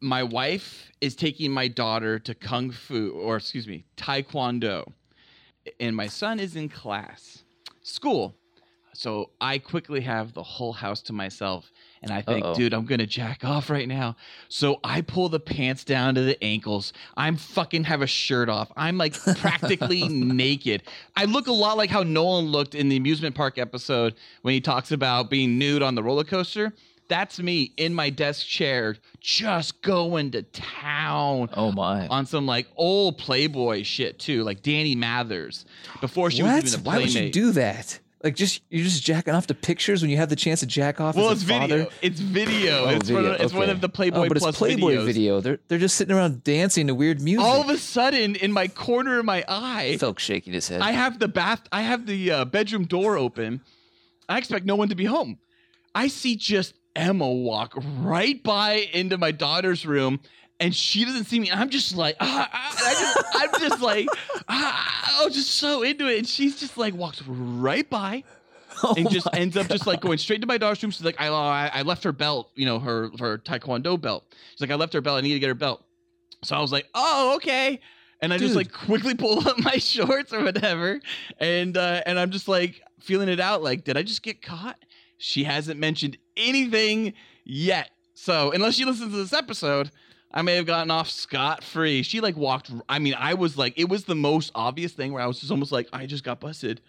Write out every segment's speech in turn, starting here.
my wife is taking my daughter to kung fu or excuse me taekwondo and my son is in class school so i quickly have the whole house to myself and i think Uh-oh. dude i'm gonna jack off right now so i pull the pants down to the ankles i'm fucking have a shirt off i'm like practically naked i look a lot like how nolan looked in the amusement park episode when he talks about being nude on the roller coaster that's me in my desk chair just going to town Oh my. on some like old Playboy shit too, like Danny Mathers before she what? was even a Why playmate. would you do that? Like just you're just jacking off to pictures when you have the chance to jack off. well, as it's a video. Father? It's video. Oh, it's One video, of, it's one okay. of the Playboy oh, but Plus it's Playboy videos. video. They're they're just sitting around dancing to weird music. All of a sudden, in my corner of my eye, Felk shaking his head. I have the bath. I have the uh, bedroom door open. I expect no one to be home. I see just Emma walk right by into my daughter's room, and she doesn't see me. I'm just like, ah, ah, and I just, I'm just like, ah, I'm just so into it. And she's just like walks right by Oh and just my ends up just like going straight to my daughter's room. She's like, I, uh, I I left her belt, you know, her her taekwondo belt. She's like, I left her belt. I need to get her belt. So I was like, oh okay. And I just Dude. like quickly pull up my shorts or whatever, and uh, and I'm just like feeling it out. Like, did I just get caught? She hasn't mentioned anything yet. So unless she listens to this episode, I may have gotten off scot free. She like walked. I mean, I was like, it was the most obvious thing where I was just almost like, I just got busted.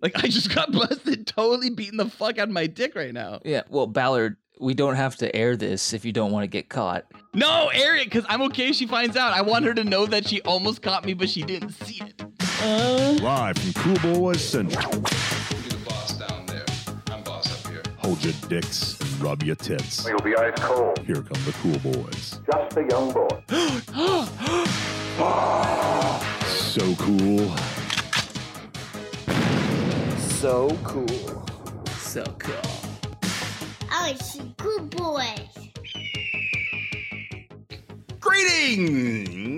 Like I just got busted, totally beating the fuck out of my dick right now. Yeah, well, Ballard, we don't have to air this if you don't want to get caught. No, Eric, because I'm okay. If she finds out. I want her to know that she almost caught me, but she didn't see it. Live from Cool Boys Central. You're the boss down there. I'm boss up here. Hold your dicks, and rub your tits. You'll be ice cold. Here come the Cool Boys. Just a young boy. So cool. So cool. So cool. Oh, it's a good boy.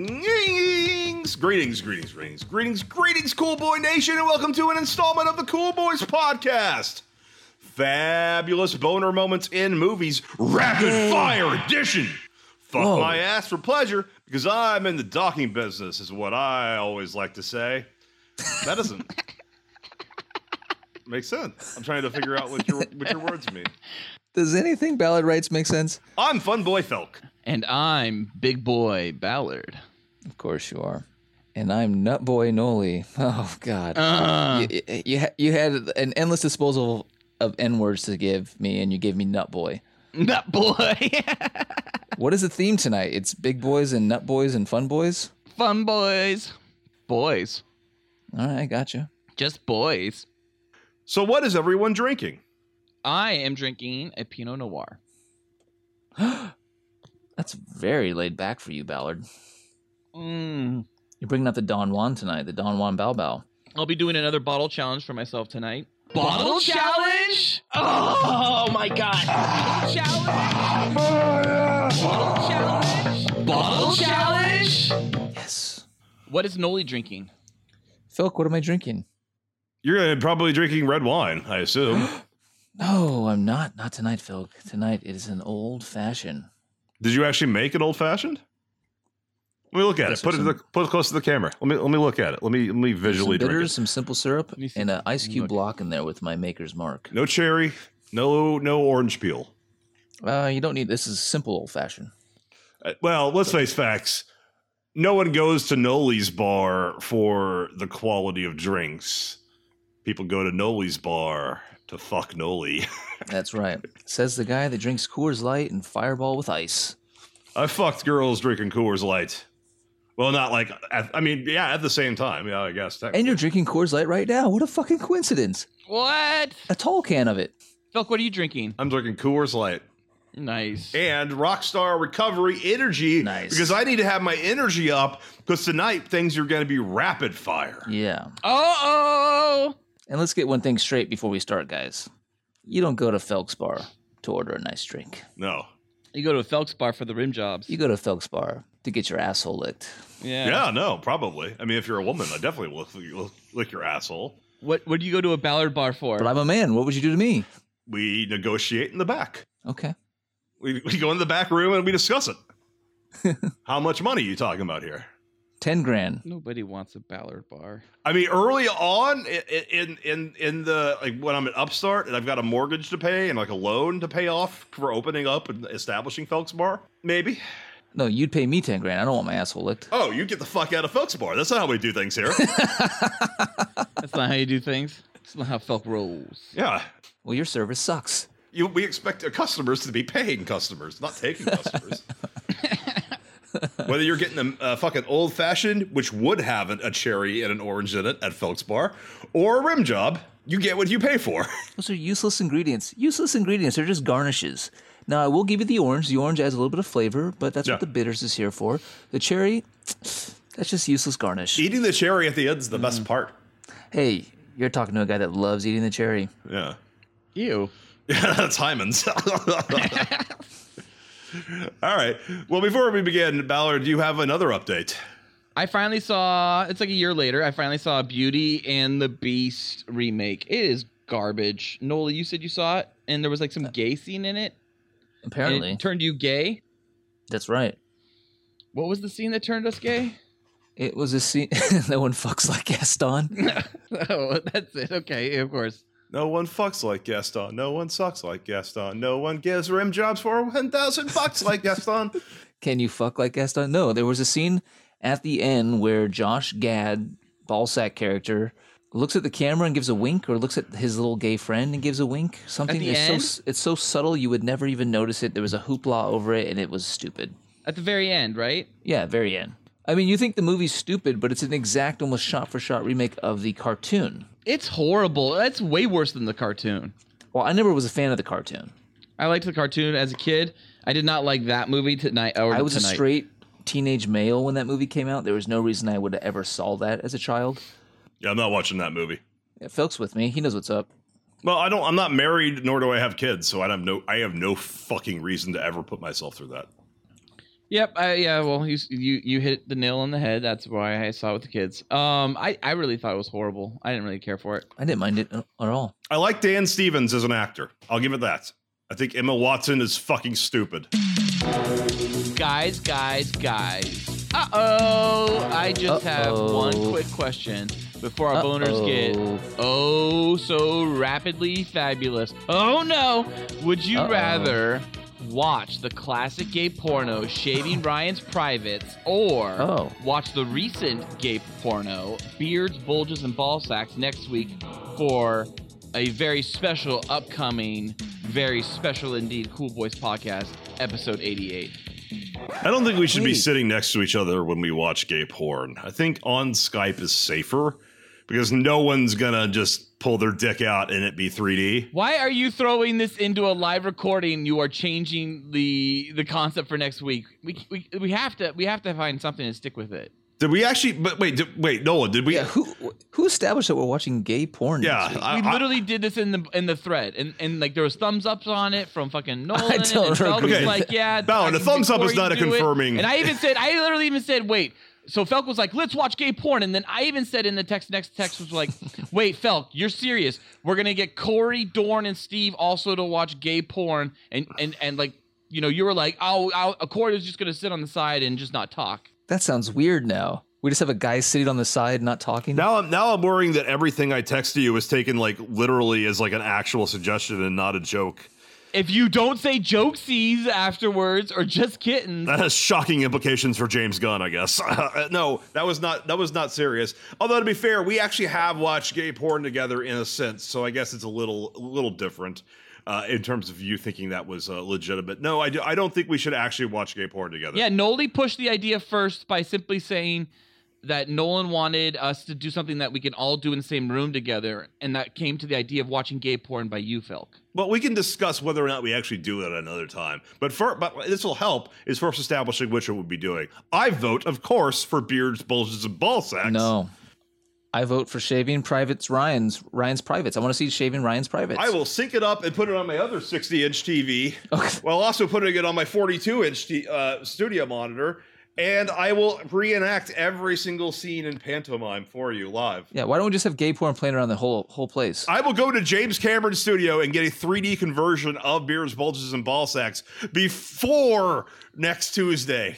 Greetings! Greetings, greetings, greetings, greetings, greetings, Cool Boy Nation, and welcome to an installment of the Cool Boys Podcast. Fabulous boner moments in movies, rapid fire edition. Fuck Whoa. my ass for pleasure, because I'm in the docking business, is what I always like to say. That doesn't make sense. I'm trying to figure out what your what your words mean. Does anything Ballard writes make sense? I'm Fun Boy Felk. And I'm Big Boy Ballard. Of course you are. And I'm Nutboy Noli. Oh God. Uh, you, you, ha- you had an endless disposal of N words to give me, and you gave me Nut Boy. Nut boy, What is the theme tonight? It's big boys and nut boys and fun boys. fun boys, boys, All right, I got you. just boys. So, what is everyone drinking? I am drinking a Pinot Noir. That's very laid back for you, Ballard. Mm. You're bringing out the Don Juan tonight, the Don Juan Bao Bao. I'll be doing another bottle challenge for myself tonight. Bottle challenge? Oh my god. Bottle challenge? Yes. What is Noli drinking? Philk, what am I drinking? You're gonna probably drinking red wine, I assume. No, I'm not. Not tonight, Philk. Tonight it is an old fashioned. Did you actually make an old fashioned? Let me look at Yes, it. Put it to some- the, put it close to the camera. Let me let me look at it. Let me let me Some visually drink bitters, it. some simple syrup, me see. and an ice Let me cube look. block in there with my maker's mark. No cherry, no no orange peel. Uh, you don't need this. Is simple old fashioned. Uh, Well, let's face facts. No one goes to Noli's bar for the quality of drinks. People go to Noli's bar to fuck Noli. That's right. Says the guy that drinks Coors Light and Fireball with ice. I fucked girls drinking Coors Light. Well, not like at, I mean, yeah, at the same time. Yeah, I guess. And you're drinking Coors Light right now. What a fucking coincidence! What? A tall can of it. Felk, what are you drinking? I'm drinking Coors Light. Nice. and Rockstar Recovery Energy. Nice. Because I need to have my energy up because tonight things are going to be rapid fire. Yeah. Oh, And let's get one thing straight before we start, guys. You don't go to Felk's Bar to order a nice drink. No. you go to a Felk's bar for the rim jobs. You go to Felk's Bar to get your asshole licked. Yeah. Yeah, no, probably. I mean, if you're a woman, I definitely will lick, lick- lick your asshole. What What do you go to a Ballard bar for? But I'm a man. What would you do to me? We negotiate in the back. Okay. We, we go in the back room and we discuss it. How much money are you talking about here? Ten grand. Nobody wants a Ballard bar. I mean, early on i- i- in in in the like when I'm an upstart and I've got a mortgage to pay and like a loan to pay off for opening up and establishing Felk's Bar, maybe. No, you'd pay me ten grand. I don't want my asshole licked. Oh, you get the fuck out of Felk's Bar. That's not how we do things here. That's not how you do things. That's not how Felk rolls. yeah, Well, your service sucks. you, we expect our customers to be paying customers, not taking customers. Whether you're getting a, a fucking old fashioned, which would have an, a cherry and an orange in it at Felk's Bar, or a rim job, you get what you pay for. Those are useless ingredients. Useless ingredients. They're just garnishes. Now I will give you the orange. The orange adds a little bit of flavor, but that's Yeah. what the bitters is here for. The cherry, that's just useless garnish. Eating the cherry at the end's the best part. Hey, you're talking to a guy that loves eating the cherry. Yeah. Ew. Yeah, that's Hyman's. All right. Well, before we begin, Ballard, do you have another update? I finally saw. It's like a year later. I finally saw Beauty and the Beast remake. It is garbage. Nola, you said you saw it, and there was like some gay scene in it. and Uh, Apparently, it turned you gay. that's right. What was the scene that turned us gay? It was a scene. no one fucks like Gaston. oh, that's it. Okay, of course. No one fucks like Gaston. No one sucks like Gaston. No one gives rim jobs for 1,000 bucks like Gaston. Can you fuck like Gaston? No, there was a scene at the end where Josh Gad, ballsack character, looks at the camera and gives a wink, or looks at his little gay friend and gives a wink. Something the is so end? s- it's so subtle you would never even notice it. There was a hoopla over it, and it was stupid. At the very end, right? Yeah, very end. I mean, you think the movie's stupid, but it's an exact, almost shot-for-shot remake of the cartoon. It's horrible. That's way worse than the cartoon. Well, I never was a fan of the cartoon. I liked the cartoon as a kid. I did not like that movie tonight. Or I was tonight. a straight teenage male when that movie came out. There was no reason I would have ever saw that as a child. Yeah, I'm not watching that movie. Yeah, Felk's with me. He knows what's up. Well, I don't. I'm not married, nor do I have kids, so I have no. I have no fucking reason to ever put myself through that. Yep. I, yeah. Well, you, you you hit the nail on the head. That's why I saw it with the kids. Um, I I really thought it was horrible. I didn't really care for it. I didn't mind it uh, at all. I like Dan Stevens as an actor. I'll give it that. I think Emma Watson is fucking stupid. Guys, guys, guys. Uh oh. I just have Uh-oh. one quick question before our boners get oh so rapidly fabulous. Oh no. Would you Uh-oh. rather watch the classic gay porno Shaving Ryan's Privates or Oh. watch the recent gay porno Beards, Bulges, and Ball Sacks next week for a very special upcoming, very special indeed Cool Boys podcast, episode 88? I don't think we should be Wait. sitting next to each other when we watch gay porn. I think on Skype is safer because no one's gonna just pull their dick out and it be 3D. Why are you throwing this into a live recording? You are changing the the concept for next week. We we, we have to we have to find something and stick with it. Did we actually? But wait, did, wait, Noah, did we? Yeah, who who established that we're watching gay porn? Yeah, next week? I, we I- literally did this in the in the thread, and and like there was thumbs ups on it from fucking Nolan. I don't and Felk agree with was like, yeah, Ballard, I a can- thumbs up before is you not a do it- confirming- And I even said, I literally even said, wait. So Felk was like, let's watch gay porn, and then I even said in the text, next text was like, wait, Felk, you're serious? We're gonna get Corey, Dorn, and Steve also to watch gay porn, and and and like, you know, you were like, oh, oh Corey was just gonna sit on the side and just not talk. that sounds weird. Now we just have a guy sitting on the side not talking. now I'm now I'm worrying that everything I text to you is taken like literally as like an actual suggestion and not a joke. If you don't say jokesies afterwards or just kittens, That has shocking implications for James Gunn, I guess. Uh, no, that was not that was not serious. Although to be fair, we actually have watched gay porn together in a sense, so I guess it's a little a little different uh, in terms of you thinking that was uh, legitimate. No, I, do, I don't think we should actually watch gay porn together. Yeah, Noli pushed the idea first by simply saying that Nolan wanted us to do something that we can all do in the same room together, and that came to the idea of watching gay porn by you, Felk. But we can discuss whether or not we actually do it another time. But for but this will help is first establishing which it would be doing. I vote, of course, for beards, bulges, and ball sacks. No, I vote for shaving privates Ryan's Ryan's privates. I want to see shaving Ryan's privates. I will sync it up and put it on my other 60 inch TV Okay. while also putting it on my 42 inch t- uh, studio monitor. And I will reenact every single scene in pantomime for you live. Yeah, why don't we just have gay porn playing around the whole whole place? I will go to James Cameron's studio and get a 3D conversion of Beers, Bulges, and Ball Sacks before next Tuesday.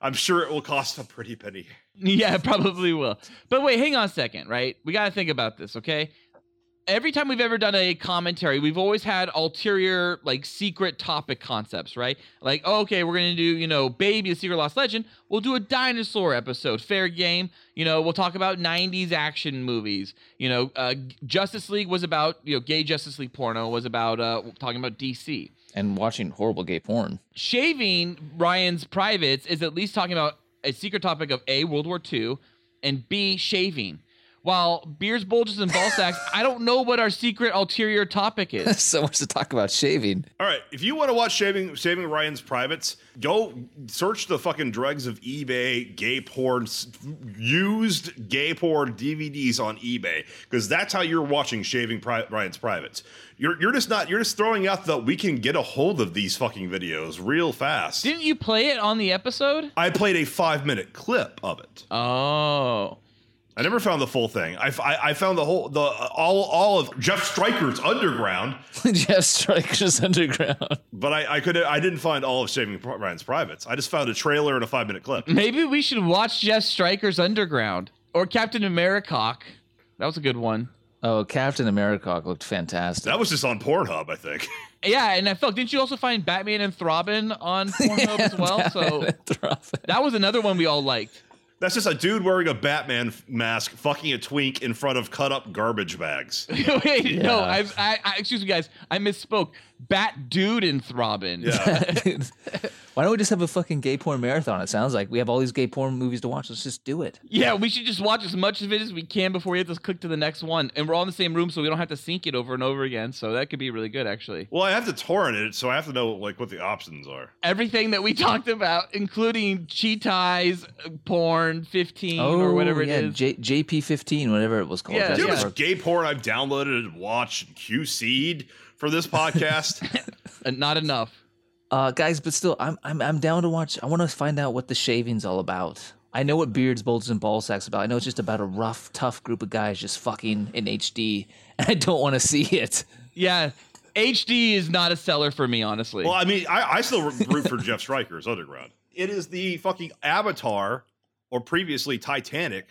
I'm sure it will cost a pretty penny. Yeah, it probably will. But wait, hang on a second, right? We got to think about this, okay? Every time we've ever done a commentary, we've always had ulterior, like secret topic concepts, right? Like, oh, okay, we're going to do, you know, Baby, the Secret Lost Legend. We'll do a dinosaur episode, fair game. You know, we'll talk about 90s action movies. You know, uh, Justice League was about, you know, gay Justice League porno was about uh, talking about DC and watching horrible gay porn. shaving Ryan's privates is at least talking about a secret topic of A, World War II, and B, shaving. While beers, bulges, and ball sacks, I don't know what our secret ulterior topic is. so much to talk about shaving. All right, if you want to watch Shaving Saving Ryan's Privates, go search the fucking dregs of eBay gay porn s- used gay porn DVDs on eBay because that's how you're watching Shaving Pri- Ryan's Privates. You're you're just not you're just throwing out the we can get a hold of these fucking videos real fast. Didn't you play it on the episode? I played a five minute clip of it. Oh. I never found the full thing. I, f- I- I found the whole the all all of Jeff Stryker's Underground, Jeff Strikers Underground. but I, I could I didn't find all of Shaving Pri- Ryan's Privates. I just found a trailer and a five minute clip. Maybe we should watch Jeff Stryker's Underground or Captain Americock. That was a good one. Oh, Captain America looked fantastic. That was just on Pornhub, I think. Yeah, and I felt, didn't you also find Batman and Throbbing on Pornhub as well? So that was another one we all liked. That's just a dude wearing a Batman f- mask fucking a twink in front of cut up garbage bags. Wait, no, Yeah. I've, I, I, excuse me, guys, I misspoke. Bat dude in Throbbin. Yeah. Why don't we just have a fucking gay porn marathon? It sounds like we have all these gay porn movies to watch. Let's just do it. yeah, we should just watch as much of it as we can before we have to click to the next one. And we're all in the same room, so we don't have to sync it over and over again. So that could be really good, actually. well, I have to torrent it, so I have to know like what the options are. Everything that we talked about, including chi ties, uh, porn, 15, or whatever Oh, yeah, it is. J- JP15, whatever it was called. Yeah, That's Do you know what how it's much gay porn I've downloaded and watched and QC'd for this podcast? Uh, not enough. Uh, guys, but still, I'm I'm I'm down to watch. I want to find out what the shaving's all about. I know what beards, bolts, and ball sacks about. I know it's just about a rough, tough group of guys just fucking in HD, and I don't want to see it. Yeah, HD is not a seller for me, honestly. well, I mean, I, I still root for Jeff Stryker's Underground. It is the fucking Avatar or previously Titanic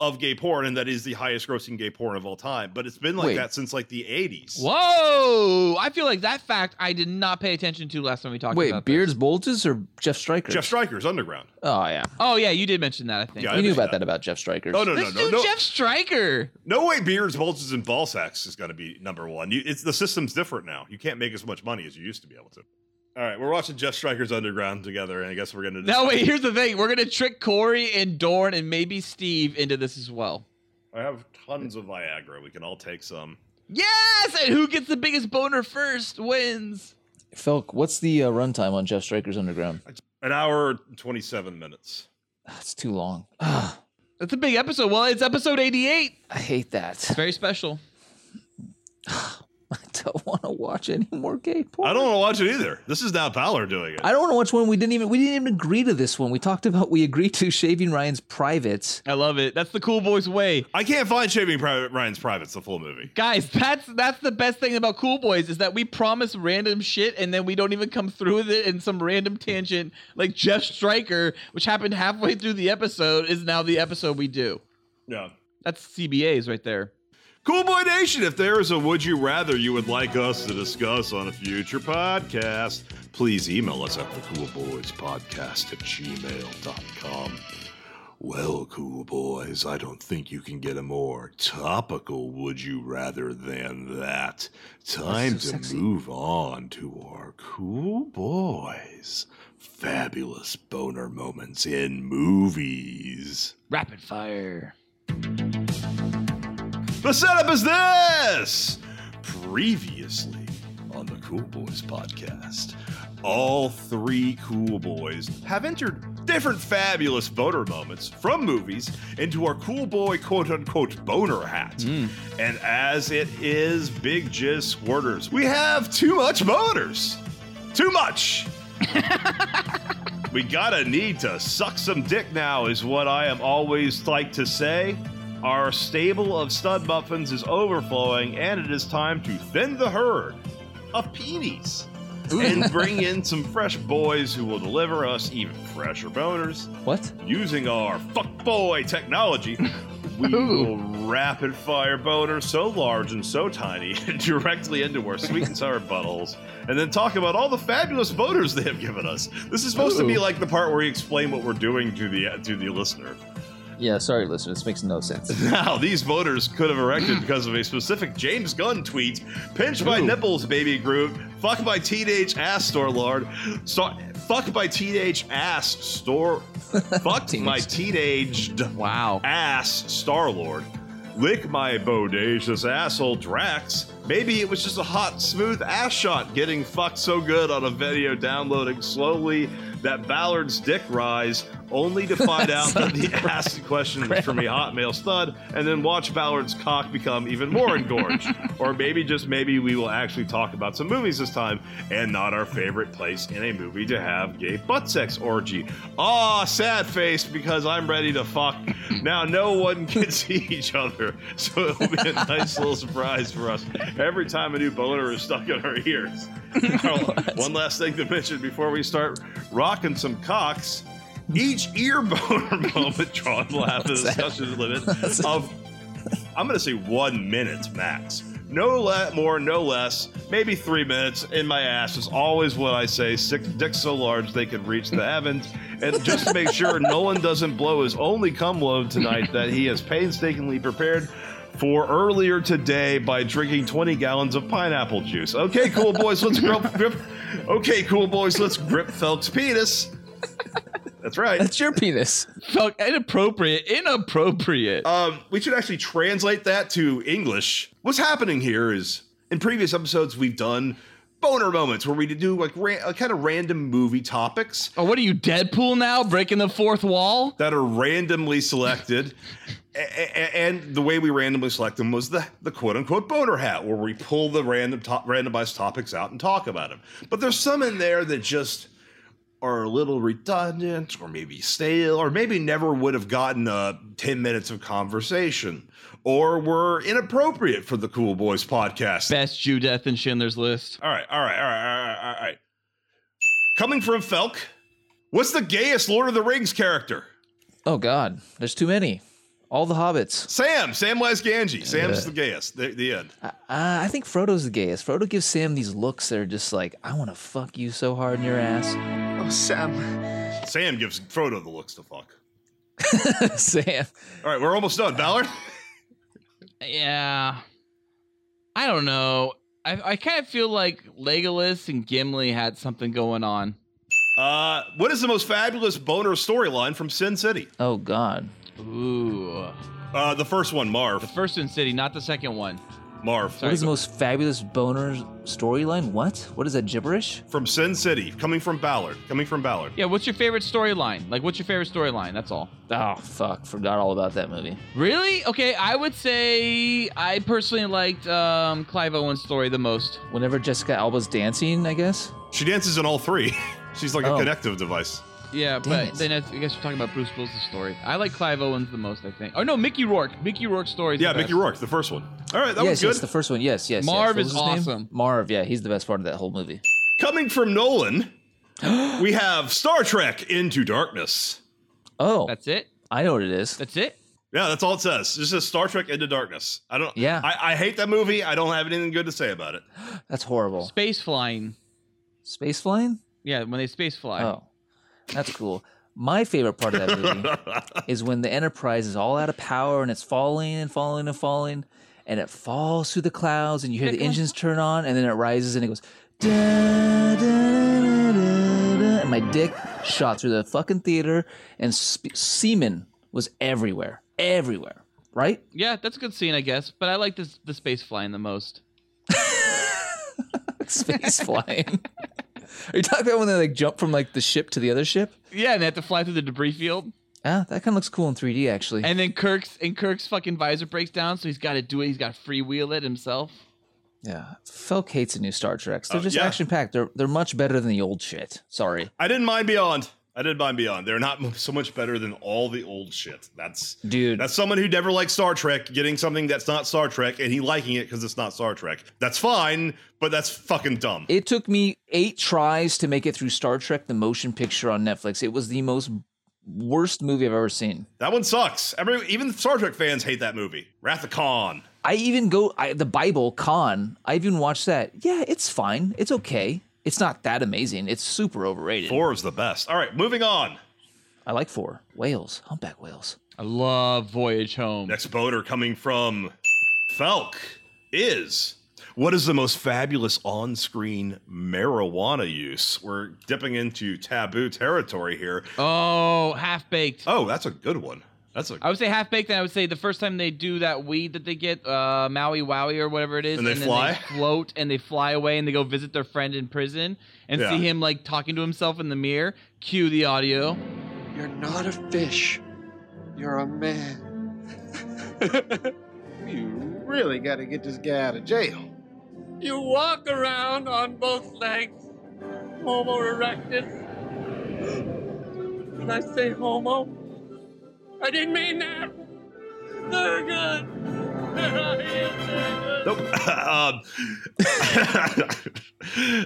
of gay porn, and that is the highest grossing gay porn of all time. But it's been like Wait. that since like the 80s. Whoa! I feel like that fact I did not pay attention to last time we talked Wait, about this. beards, bolts, or Jeff Stryker? Jeff Stryker's Underground. oh yeah, Oh yeah, you did mention that. I think. Yeah, I we knew mentioned about that about Jeff Stryker. Oh, no, no, Let's no, do no. Jeff Stryker. No way beards, bulges, and ball sacks is going to be number one. You, it's the system's different now. You can't make as much money as you used to be able to. All right, we're watching Jeff Stryker's Underground together, and I guess we're going to. No, wait. Here's the thing: we're gonna trick Corey and Dorn and maybe Steve into this as well. I have tons of Viagra. We can all take some. Yes, and who gets the biggest boner first wins. Felk, what's the uh, runtime on Jeff Stryker's Underground? An hour and twenty-seven minutes. That's too long. Ah, That's a big episode. Well, it's episode 88. I hate that. Very special. I don't want to watch any more gay porn. I don't want to watch it either. This is now Fowler doing it. I don't want to watch one we didn't even we didn't even agree to this one. We talked about we agreed to shaving Ryan's privates. I love it. That's the cool boys way. I can't find Shaving Private Ryan's Privates, the full movie. Guys, that's that's the best thing about Cool Boys is that we promise random shit and then we don't even come through with it in some random tangent like Jeff Stryker, which happened halfway through the episode, is now the episode we do. Yeah. That's CBAs right there. Cool Boy Nation, if there is a would you rather you would like us to discuss on a future podcast, please email us at the Cool Boys Podcast at gmail.com. Well, Cool Boys, I don't think you can get a more topical would you rather than that. Time to move on to our Cool Boys fabulous boner moments in movies. Rapid fire. The setup is this. Previously on the Cool Boys podcast, all three Cool Boys have entered different fabulous boner moments from movies into our Cool Boy quote unquote boner hat. And as it is Big Jizz Squirters, we have too much boners. Too much. We gotta need to suck some dick now, is what I am always like to say. Our stable of stud muffins is overflowing, and it is time to thin the herd of peonies. and bring in some fresh boys who will deliver us even fresher boners. What? Using our fuckboy technology, we will rapid fire boner so large and so tiny directly into our sweet and sour buttholes, and then talk about all the fabulous boners they have given us. This is supposed to be Ooh. like the part where you explain what we're doing to the to the listener. Yeah, sorry, listener. This makes no sense. Now, these voters could have erected because of a specific James Gunn tweet. Pinch my nipples, baby Groot. Fuck my teenage ass, store lord. So, fuck my teenage ass, store. Fuck my teenaged Wow. ass, Star Lord. Lick my bodacious asshole, Drax. Maybe it was just a hot, smooth ass shot getting fucked so good on a video downloading slowly that Ballard's dick rise, only to find out that the ass in question was from a hotmail stud, and then watch Ballard's cock become even more engorged. or maybe, just maybe, we will actually talk about some movies this time, and not our favorite place in a movie to have gay butt sex orgy. Ah, sad face, because I'm ready to fuck. Now no one can see each other, so it'll be a nice little surprise for us every time a new boner is stuck in our ears. Our- one last thing to mention before we start rocking some cocks. Each ear boner moment drawn will have a What's that? discussion limit of, I'm going to say one minute max. No le- more, no less, maybe three minutes in my ass is always what I say. Six dicks so large they could reach the heavens. And just to make sure Nolan doesn't blow his only cum load tonight that he has painstakingly prepared for earlier today by drinking 20 gallons of pineapple juice. Okay, cool boys, let's grip, grip. Okay, cool boys, let's grip Phelps' penis. That's right. That's your penis. Fuck, inappropriate. Inappropriate. Um, we should actually translate that to English. What's happening here is in previous episodes we've done boner moments where we do like ran- uh, kind of random movie topics oh, what are you, Deadpool now? Breaking the fourth wall? that are randomly selected. A- a- and the way we randomly select them was the, the quote unquote boner hat, where we pull the random to- randomized topics out and talk about them. But there's some in there that just are a little redundant, or maybe stale, or maybe never would have gotten uh, 10 minutes of conversation, or were inappropriate for the Cool Boys podcast. Best Judith and Schindler's List. All right, all right, all right, all right, all right, all right. Coming from Felk, what's the gayest Lord of the Rings character? Oh God, there's too many. All the hobbits. Sam, Sam Ganji. Sam's the gayest. The, the end. Uh, I think Frodo's the gayest. Frodo gives Sam these looks that are just like, I want to fuck you so hard in your ass. Oh, Sam. Sam gives Frodo the looks to fuck. Sam. All right, we're almost done. Ballard? Yeah. I don't know. I, I kind of feel like Legolas and Gimli had something going on. Uh, what is the most fabulous boner storyline from Sin City? Oh God. Ooh. Uh, the first one, Marv. The first in City, not the second one. Marv. What Sorry. is the most fabulous boner storyline? What? What is that gibberish? From Sin City. Coming from Ballard. Coming from Ballard. Yeah, what's your favorite storyline? Like, what's your favorite storyline? That's all. Oh fuck, forgot all about that movie. Really? Okay, I would say I personally liked um, Clive Owen's story the most. Whenever Jessica Alba's dancing, I guess. She dances in all three. She's like a Oh. connective device. Yeah, Damn but it. then I I guess you're talking about Bruce Willis' story. I like Clive Owen's the most, I think. Oh no, Mickey Rourke. Mickey Rourke's story. is Yeah, the Mickey best. Rourke, the first one. All right, that yes, was good. yes, the first one. Yes, yes. yes. Marv What is was his name? awesome. Marv, yeah, he's the best part of that whole movie. Coming from Nolan, we have Star Trek Into Darkness. Oh, That's it. I know what it is. That's it. Yeah, that's all it says. It just says Star Trek Into Darkness. I don't. Yeah. I, I hate that movie. I don't have anything good to say about it. That's horrible. Space flying. Space flying? Yeah, when they space fly. Oh, that's cool. My favorite part of that movie is when the Enterprise is all out of power and it's falling and falling and falling, and it falls through the clouds, and you hear the engines turn on, and then it rises and it goes. Da, da, da, da, da, da, and my dick shot through the fucking theater, and sp- semen was everywhere, everywhere. Right? Yeah, that's a good scene, I guess. But I like this the space flying the most. Space flying. Are you talking about when they like jump from like the ship to the other ship? Yeah, and they have to fly through the debris field. Ah, that kind of looks cool in 3D actually. And then Kirk's and Kirk's fucking visor breaks down, so he's gotta do it. He's gotta freewheel it himself. Yeah, Felk hates the new Star Treks. They're Oh, just yeah. action packed. They're they're much better than the old shit. Sorry. I didn't mind Beyond. I I did Beyond Beyond. They're not m- so much better than all the old shit. That's Dude. That's someone who never liked Star Trek getting something that's not Star Trek and he liking it because it's not Star Trek. That's fine, but that's fucking dumb. It took me eight tries to make it through Star Trek the motion picture on Netflix. It was the most worst movie I've ever seen. that one sucks. Every even Star Trek fans hate that movie. Wrath of Khan. I even go I, the Bible con. I even watched that. Yeah, it's fine. It's okay. It's not that amazing. It's super overrated. Four is the best. All right, moving on. I like four whales, humpback whales. I love Voyage Home. Next boater coming from Felk is what is the most fabulous on screen marijuana use? We're dipping into taboo territory here. Oh, half baked. Oh, that's a good one. That's a I would say half baked, and I would say the first time they do that weed that they get, uh, Maui Wowie or whatever it is, And they then fly? they float, and they fly away, and they go visit their friend in prison, and Yeah. see him like talking to himself in the mirror. Cue the audio. You're not a fish. You're a man. You really got to get this guy out of jail. You walk around on both legs, homo erectus. Did I say homo? I didn't mean that. Thurgood. I am Thurgood. Nope. um,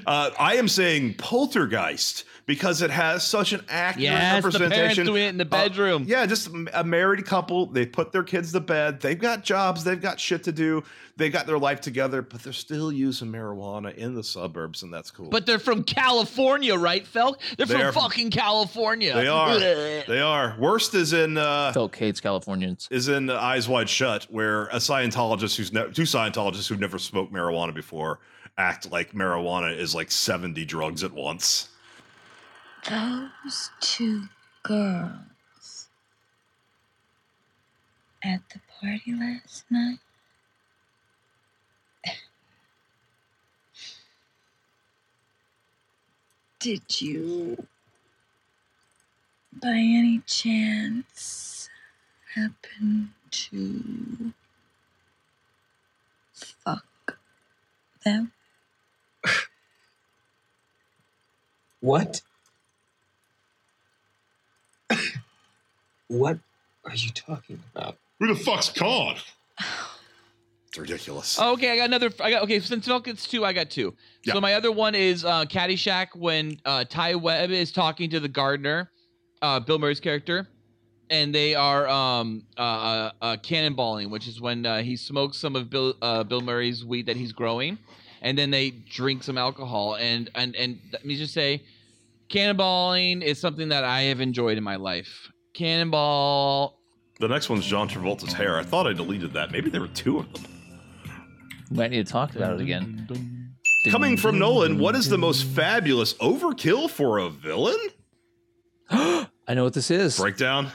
uh, I am saying poltergeist because it has such an accurate Yes, the parents representation. do it in the Uh, bedroom. yeah, just m- a married couple. They put their kids to bed. They've got jobs. They've got shit to do. They've got their life together, but they're still using marijuana in the suburbs, and that's cool. But they're from California, right, Felk? They're They from are from- fucking California. they are. they are. Worst is in. Uh, Felt hates Californians. is in Eyes Wide Shut, where a Scientologist who's ne- two Scientologists who've never smoked marijuana before act like marijuana is like seventy drugs at once. Those two girls at the party last night. Did you, by any chance, happen to fuck them? What? what are you talking about? Who the fuck's Khan? It's ridiculous. Oh, okay, I got another. I got okay. Since Felk gets two, I got two. Yeah. So my other one is uh, Caddyshack when uh, Ty Webb is talking to the gardener, uh, Bill Murray's character, and they are um, uh, uh, uh, cannonballing, which is when uh, he smokes some of Bill uh, Bill Murray's weed that he's growing, and then they drink some alcohol. And and and let me just say, cannonballing is something that I have enjoyed in my life. Cannonball. The next one's John Travolta's hair. I thought I deleted that. Maybe there were two of them. Might need to talk about it again. Coming from Nolan, what is the most fabulous overkill for a villain? I know what this is. Breakdown.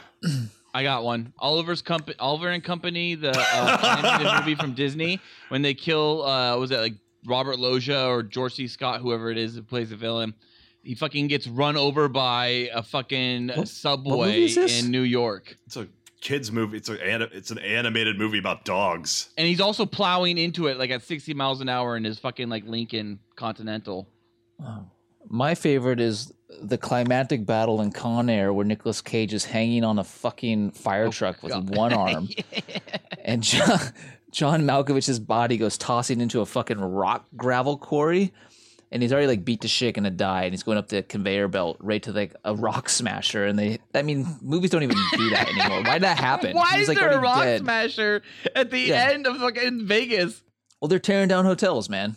I got one. Oliver's company, Oliver and Company, the uh, animated movie from Disney, when they kill, uh, what was that like Robert Loggia or George C. Scott, whoever it is that plays the villain? He fucking gets run over by a fucking What- what subway movie is this? in New York, It's a kids movie. It's a ani- it's an animated movie about dogs. and he's also plowing into it like at 60 miles an hour in his fucking like Lincoln Continental. My favorite is the climactic battle in Con Air where Nicolas Cage is hanging on a fucking fire truck with Oh God. one arm. And John, John Malkovich's body goes tossing into a fucking rock gravel quarry. And he's already like beat to shit gonna die, and he's going up the conveyor belt right to like a rock smasher. And they, I mean, movies don't even do that anymore. Why did that happen? Why He was, is like, there a already rock dead. smasher at the Yeah. end of fucking Vegas? Well, they're tearing down hotels, man.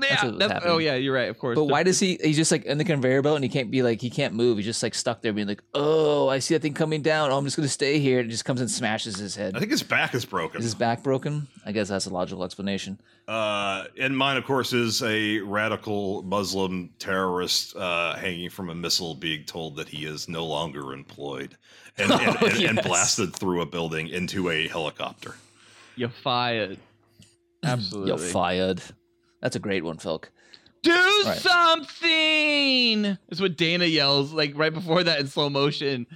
Yeah, what was that's- oh happening. yeah, you're right. Of course. But The- why does he? He's just like in the conveyor belt, and he can't be like he can't move. He's just like stuck there, being like, "Oh, I see that thing coming down. Oh, I'm just gonna stay here." And it just comes and smashes his head. I think his back is broken. Is his back broken? I guess that's a logical explanation. Uh, and mine, of course, is a radical Muslim terrorist uh, hanging from a missile, being told that he is no longer employed, and, and, Oh, and, and yes. blasted through a building into a helicopter. you're fired? Absolutely. Yo, fired. That's a great one, Felk. Do Right. something! That's what Dana yells, like right before that in slow motion.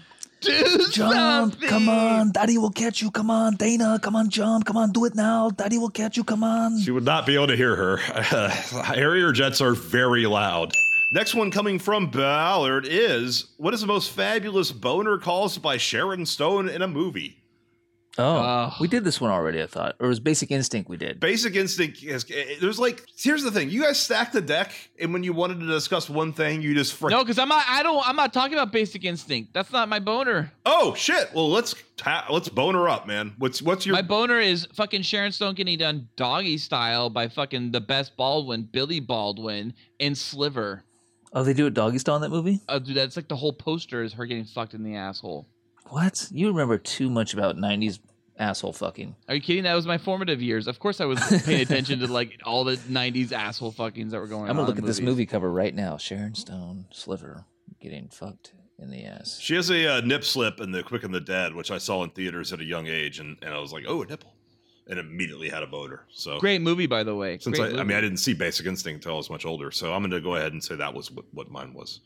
Do Jump! something! Come on, Daddy will catch you. Come on, Dana. Come on, jump. Come on, do it now. Daddy will catch you. Come on. She would not be able to hear her. Harrier jets are very loud. Next one coming from Ballard is what is the most fabulous boner caused by Sharon Stone in a movie? Oh, we did this one already. I thought, or it was Basic Instinct. We did. Basic Instinct is eh, there's like here's the thing. You guys stacked the deck, and when you wanted to discuss one thing, you just frick. No, because I'm not. I don't. I'm not talking about Basic Instinct. That's not my boner. Oh shit! Well, let's ta- let's boner up, man. What's what's your My boner is fucking Sharon Stone getting done doggy style by fucking the best Baldwin, Billy Baldwin, and Sliver. Oh, they do it doggy style in that movie. Oh, dude, that's like the whole poster is her getting fucked in the asshole. What? You remember too much about '90s asshole fucking. Are you kidding? That was my formative years. Of course, I was paying attention to like all the '90s asshole fuckings that were going on. I'm gonna look in at this movies. movie cover right now. Sharon Stone Sliver getting fucked in the ass. She has a uh, nip slip in the Quick and the Dead, which I saw in theaters at a young age, and, and I was like, oh, a nipple, and immediately had a boner. So Great movie, by the way. Since Great I, I mean, movie. I didn't see Basic Instinct until I was much older, so I'm going to go ahead and say that was what, what mine was.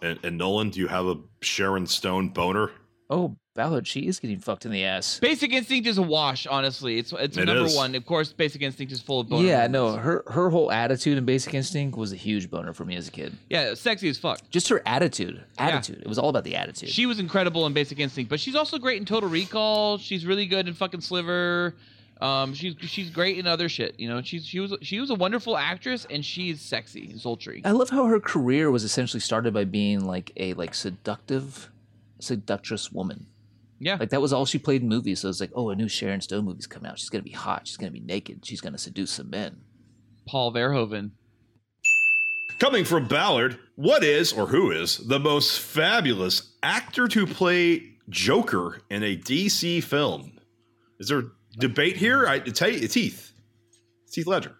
And, and Nolan, do you have a Sharon Stone boner? Oh, Ballard, she is getting fucked in the ass. Basic Instinct is a wash. Honestly, it's it's It number is. one. Of course, Basic Instinct is full of boner. yeah, moments. no, her her whole attitude in Basic Instinct was a huge boner for me as a kid. yeah, sexy as fuck. Just her attitude, attitude. It was all about the attitude. She was incredible in Basic Instinct, but she's also great in Total Recall. She's really good in fucking Sliver. Um, she's she's great in other shit. You know, she's she was she was a wonderful actress, and she's sexy, and sultry. I love how her career was essentially started by being like a like seductive, seductress woman. Yeah. like that was all she played in movies. So it's like, oh, a new Sharon Stone movie's coming out. She's gonna be hot. She's gonna be naked. She's gonna seduce some men. Paul Verhoeven. Coming from Ballard, what is or who is the most fabulous actor to play Joker in a DC film? Is there debate here? I it's, Heath. it's Heath. It's Heath Ledger.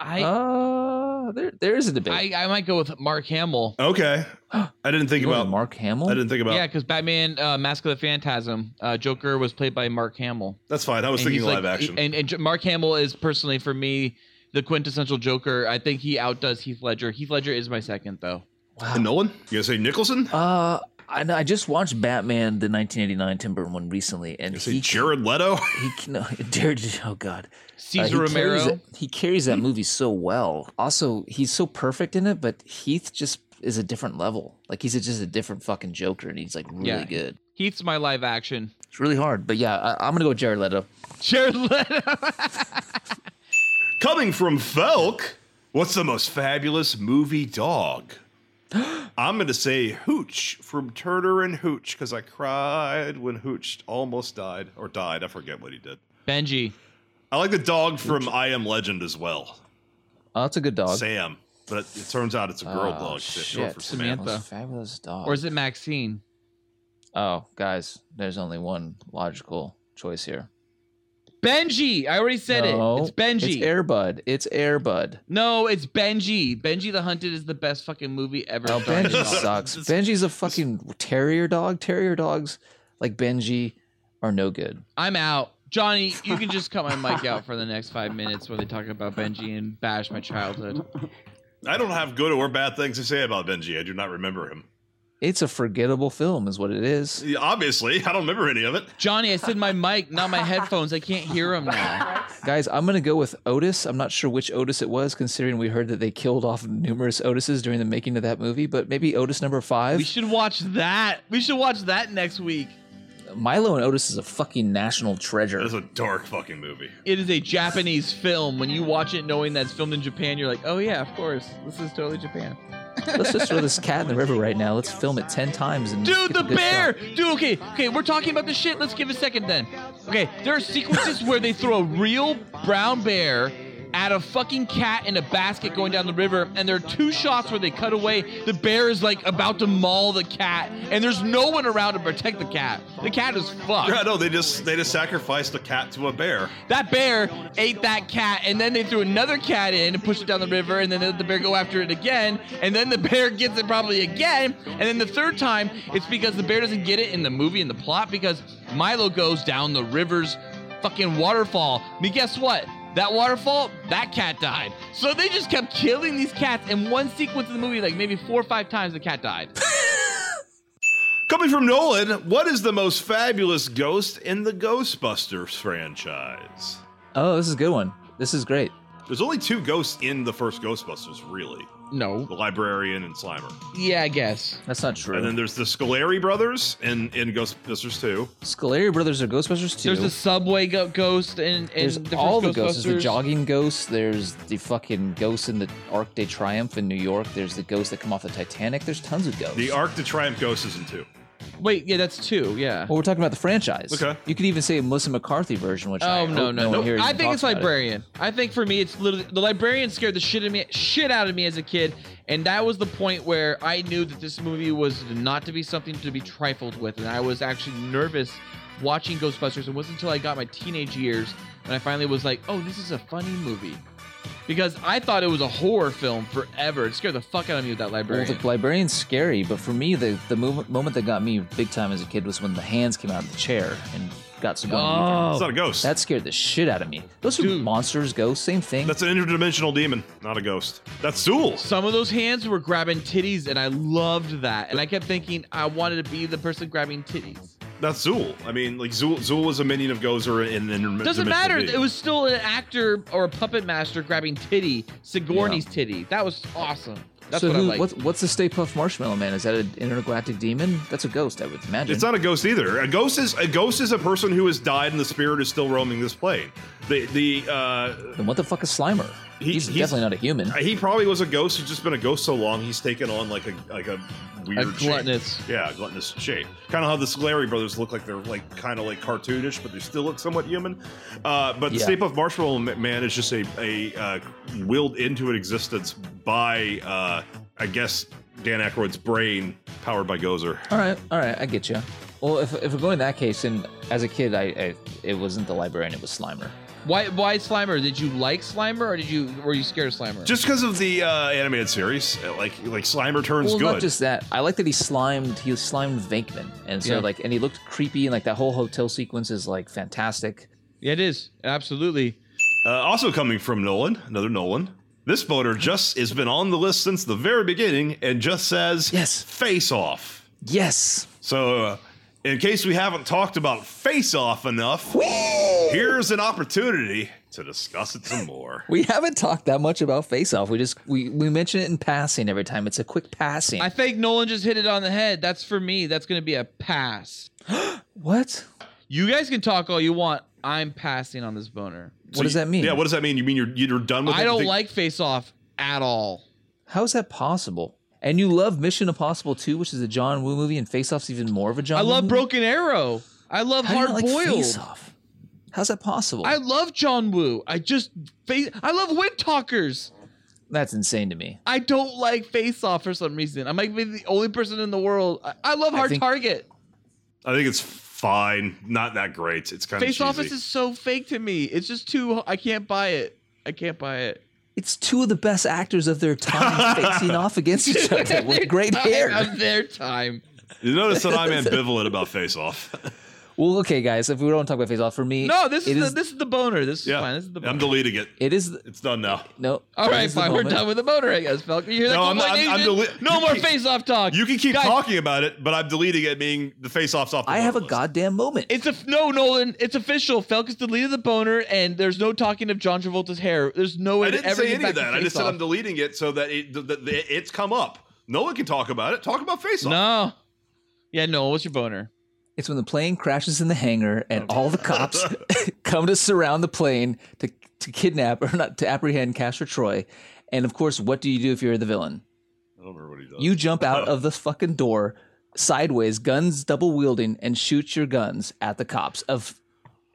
I uh, there there is a debate. I, I might go with Mark Hamill. Okay, I didn't think You went about with Mark Hamill. I didn't think about. Yeah, because Batman: uh, Mask of the Phantasm, uh, Joker was played by Mark Hamill. That's fine. I was And he's thinking live like- action. And, and J- Mark Hamill is personally for me the quintessential Joker. I think he outdoes Heath Ledger. Heath Ledger is my second though. And Nolan? You gonna say Nicholson? Oh, Uh, I, know- I just watched Batman, the 1989 Tim Burton one recently, and You say he Jared Leto? he no, Jared, oh god, Cesar he carries Romero. it- he carries that movie so well. Also, he's so perfect in it, but Heath just is a different level. Like he's a, just a different fucking Joker, and he's like really Yeah. good. Heath's my live action. It's really hard, but yeah, I, I'm gonna go with Jared Leto. Jared Leto. Coming from Felk, what's the most fabulous movie dog? I'm gonna say Hooch from Turner and Hooch because I cried when Hooch almost died or died. I forget what he did. Benji. I like the dog from I Am Legend as well, Oh, that's a good dog. Sam. But it turns out it's a girl Oh, dog. Shit, short Samantha. for Samantha. Samantha. Most fabulous dog. Or is it Maxine? oh, guys, there's only one logical choice here. Benji. I already said No, it. It's Benji. It's Airbud. It's Airbud. no, it's Benji. Benji the Hunted is the best fucking movie ever. No, starring Oh, Benji dogs. sucks. Benji's a fucking terrier dog. Terrier dogs like Benji are no good. I'm out. Johnny, you can just cut my mic out for the next five minutes where they talk about Benji and bash my childhood. I don't have good or bad things to say about Benji. I do not remember him. It's a forgettable film, is what it is. Yeah, Obviously, I don't remember any of it. Johnny, I said my mic, not my headphones. I can't hear him now. Guys, I'm gonna go with Otis. I'm not sure which Otis it was, considering we heard that they killed off numerous Otises during the making of that movie. But maybe Otis number five. We should watch that. We should watch that next week. Milo and Otis is a fucking national treasure. It's a dark fucking movie. It is a Japanese film. When you watch it knowing that's filmed in Japan, you're like, oh yeah, of course. This is totally Japan. Let's just throw this cat in the river right now. Let's film it ten times and Dude, get the a good bear! shot. Dude, okay, okay, we're talking about the shit. Let's give a second then. Okay, there are sequences where they throw a real brown bear at a fucking cat in a basket going down the river, and there are two shots where they cut away. The bear is like about to maul the cat, and there's no one around to protect the cat. The cat is Yeah, fucked. no, they just they just sacrificed a cat to a bear. That bear ate that cat, and then they threw another cat in and pushed it down the river, and then they let the bear go after it again, and then the bear gets it probably again, and then the third time, it's because the bear doesn't get it in the movie and the plot because Milo goes down the river's fucking waterfall. I mean, guess what? That waterfall, that cat died. So they just kept killing these cats in one sequence of the movie, like maybe four or five times the cat died. Coming from Nolan, what is the most fabulous ghost in the Ghostbusters franchise? Oh, this is a good one. This is great. There's only two ghosts in the first Ghostbusters, really. No. The librarian and Slimer. Yeah, I guess. That's not true. And then there's the Scolari brothers in, in Ghostbusters 2. Scolari brothers are Ghostbusters too. There's the subway go- ghost and, and There's the first all the ghosts. There's the Ghostbusters. jogging ghost. There's the fucking ghost in the Arc de Triomphe in New York. There's the ghosts that come off the Titanic. There's tons of ghosts. The Arc de Triumph Ghost is in 2. Wait, yeah, that's two. Yeah. well, we're talking about the franchise. Okay. You could even say a Melissa McCarthy version, which I Oh hope no no one no! here I even think it's talks about it. librarian. I think for me, it's literally the librarian scared the shit out of me, shit out of me as a kid, and that was the point where I knew that this movie was not to be something to be trifled with, and I was actually nervous watching Ghostbusters. It wasn't until I got my teenage years and I finally was like, "Oh, this is a funny movie," because I thought it was a horror film forever. It scared the fuck out of me with that librarian. Well, the librarian's scary, but for me, the the mov- moment that got me big time as a kid was when the hands came out of the chair and got some. Oh. It's not a ghost. That scared the shit out of me. Those are monsters, ghosts, same thing. That's an interdimensional demon, not a ghost. That's Zool. Some of those hands were grabbing titties, and I loved that. And I kept thinking I wanted to be the person grabbing titties. That's Zool. I mean, like Zool, Zool is a minion of Gozer in an interdimensional Doesn't matter. being. It was still an actor or a puppet master grabbing titty, Sigourney's titty. That was awesome. That's so what who, I like. what's, what's the Stay Puft Marshmallow Man? Is that an intergalactic demon? That's a ghost, I would imagine. It's not a ghost either. A ghost is a ghost is a person who has died and the spirit is still roaming this plane. The the uh, Then what the fuck is Slimer? He- he's, he's- definitely not a human. he probably was a ghost who's just been a ghost so long he's taken on like a like a weird A shape. gluttonous. Yeah, a gluttonous shape. Kind of how the Scolari brothers look like they're like kind of like cartoonish, but they still look somewhat human. Uh, but the Yeah. Stay Puft Marshmallow Ma- Man is just a a uh, willed into an existence by uh, I guess Dan Aykroyd's brain powered by Gozer. All right, all right, I get you. Well, if, if we're going that case, and as a kid, I, I it wasn't the librarian, it was Slimer. why? Why Slimer? Did you like Slimer, or did you were you scared of Slimer? Just because of the uh, animated series, uh, like like Slimer turns Well, good. not just that. I like that he slimed. He slimed Venkman, and so Yeah. like, and he looked creepy, and like that whole hotel sequence is like fantastic. yeah, it is absolutely. Uh, also coming from Nolan, another Nolan. This voter just has been on the list since the very beginning and just says Yes. face off. Yes. So, uh, in case we haven't talked about face off enough, here's an opportunity to discuss it some more. We haven't talked that much about Face Off. We just we we mention it in passing every time. It's a quick passing. I think Nolan just hit it on the head. That's for me. That's going to be a pass. what? You guys can talk all you want. I'm passing on this boner. What does you- that mean? Yeah, what does that mean? You mean you're you're done with I it? don't Think- like Face Off at all. How is that possible? And you love Mission Impossible 2, which is a John Woo movie, and Face Off's even more of a John. I Woo love movie? Broken Arrow. I love How do you not Hard like Face Boiled. Off. How's that possible? I love John Woo. I just face. I love Wind Talkers. That's insane to me. I don't like Face Off for some reason. I might be the only person in the world. I, I love I Hard think- Target. I think it's fine. Not that great. It's kind Face of Off is just so fake to me. It's just too. I can't buy it. I can't buy it. It's two of the best actors of their time facing off against each other with great Time hair. of their time. You notice that I'm ambivalent about face off. Well, okay, guys, if we don't talk about Face Off, for me, No, this it is, the, this is the boner. This is Yeah, fine. This is the boner. I'm deleting it. It is the- It's done now. no. All this right, is the fine. We're moment. done with the boner, I guess, Falcon. You hear that? No, I'm Cool not- Boy I'm- I'm Nation? deli- no you more keep- Face Off talk. You can keep Guys, talking about it, but I'm deleting it, meaning the face off's off. The I have a list. goddamn moment. It's a no, Nolan. It's official. Felkus deleted the boner, and there's no talking of John Travolta's hair. There's no way I to didn't ever say get any back of to that. I Face just said Off. I'm deleting it so that it, the, the, the, it's come up. No one can talk about it. Talk about face off. No. Yeah, no. What's your boner? It's when the plane crashes in the hangar and all the cops come to surround the plane to, to kidnap or not to apprehend Caster Troy. And of course, what do you do if you're the villain? I don't remember what he does. You jump Oh. out of the fucking door sideways, guns double wielding, and shoot your guns at the cops. Of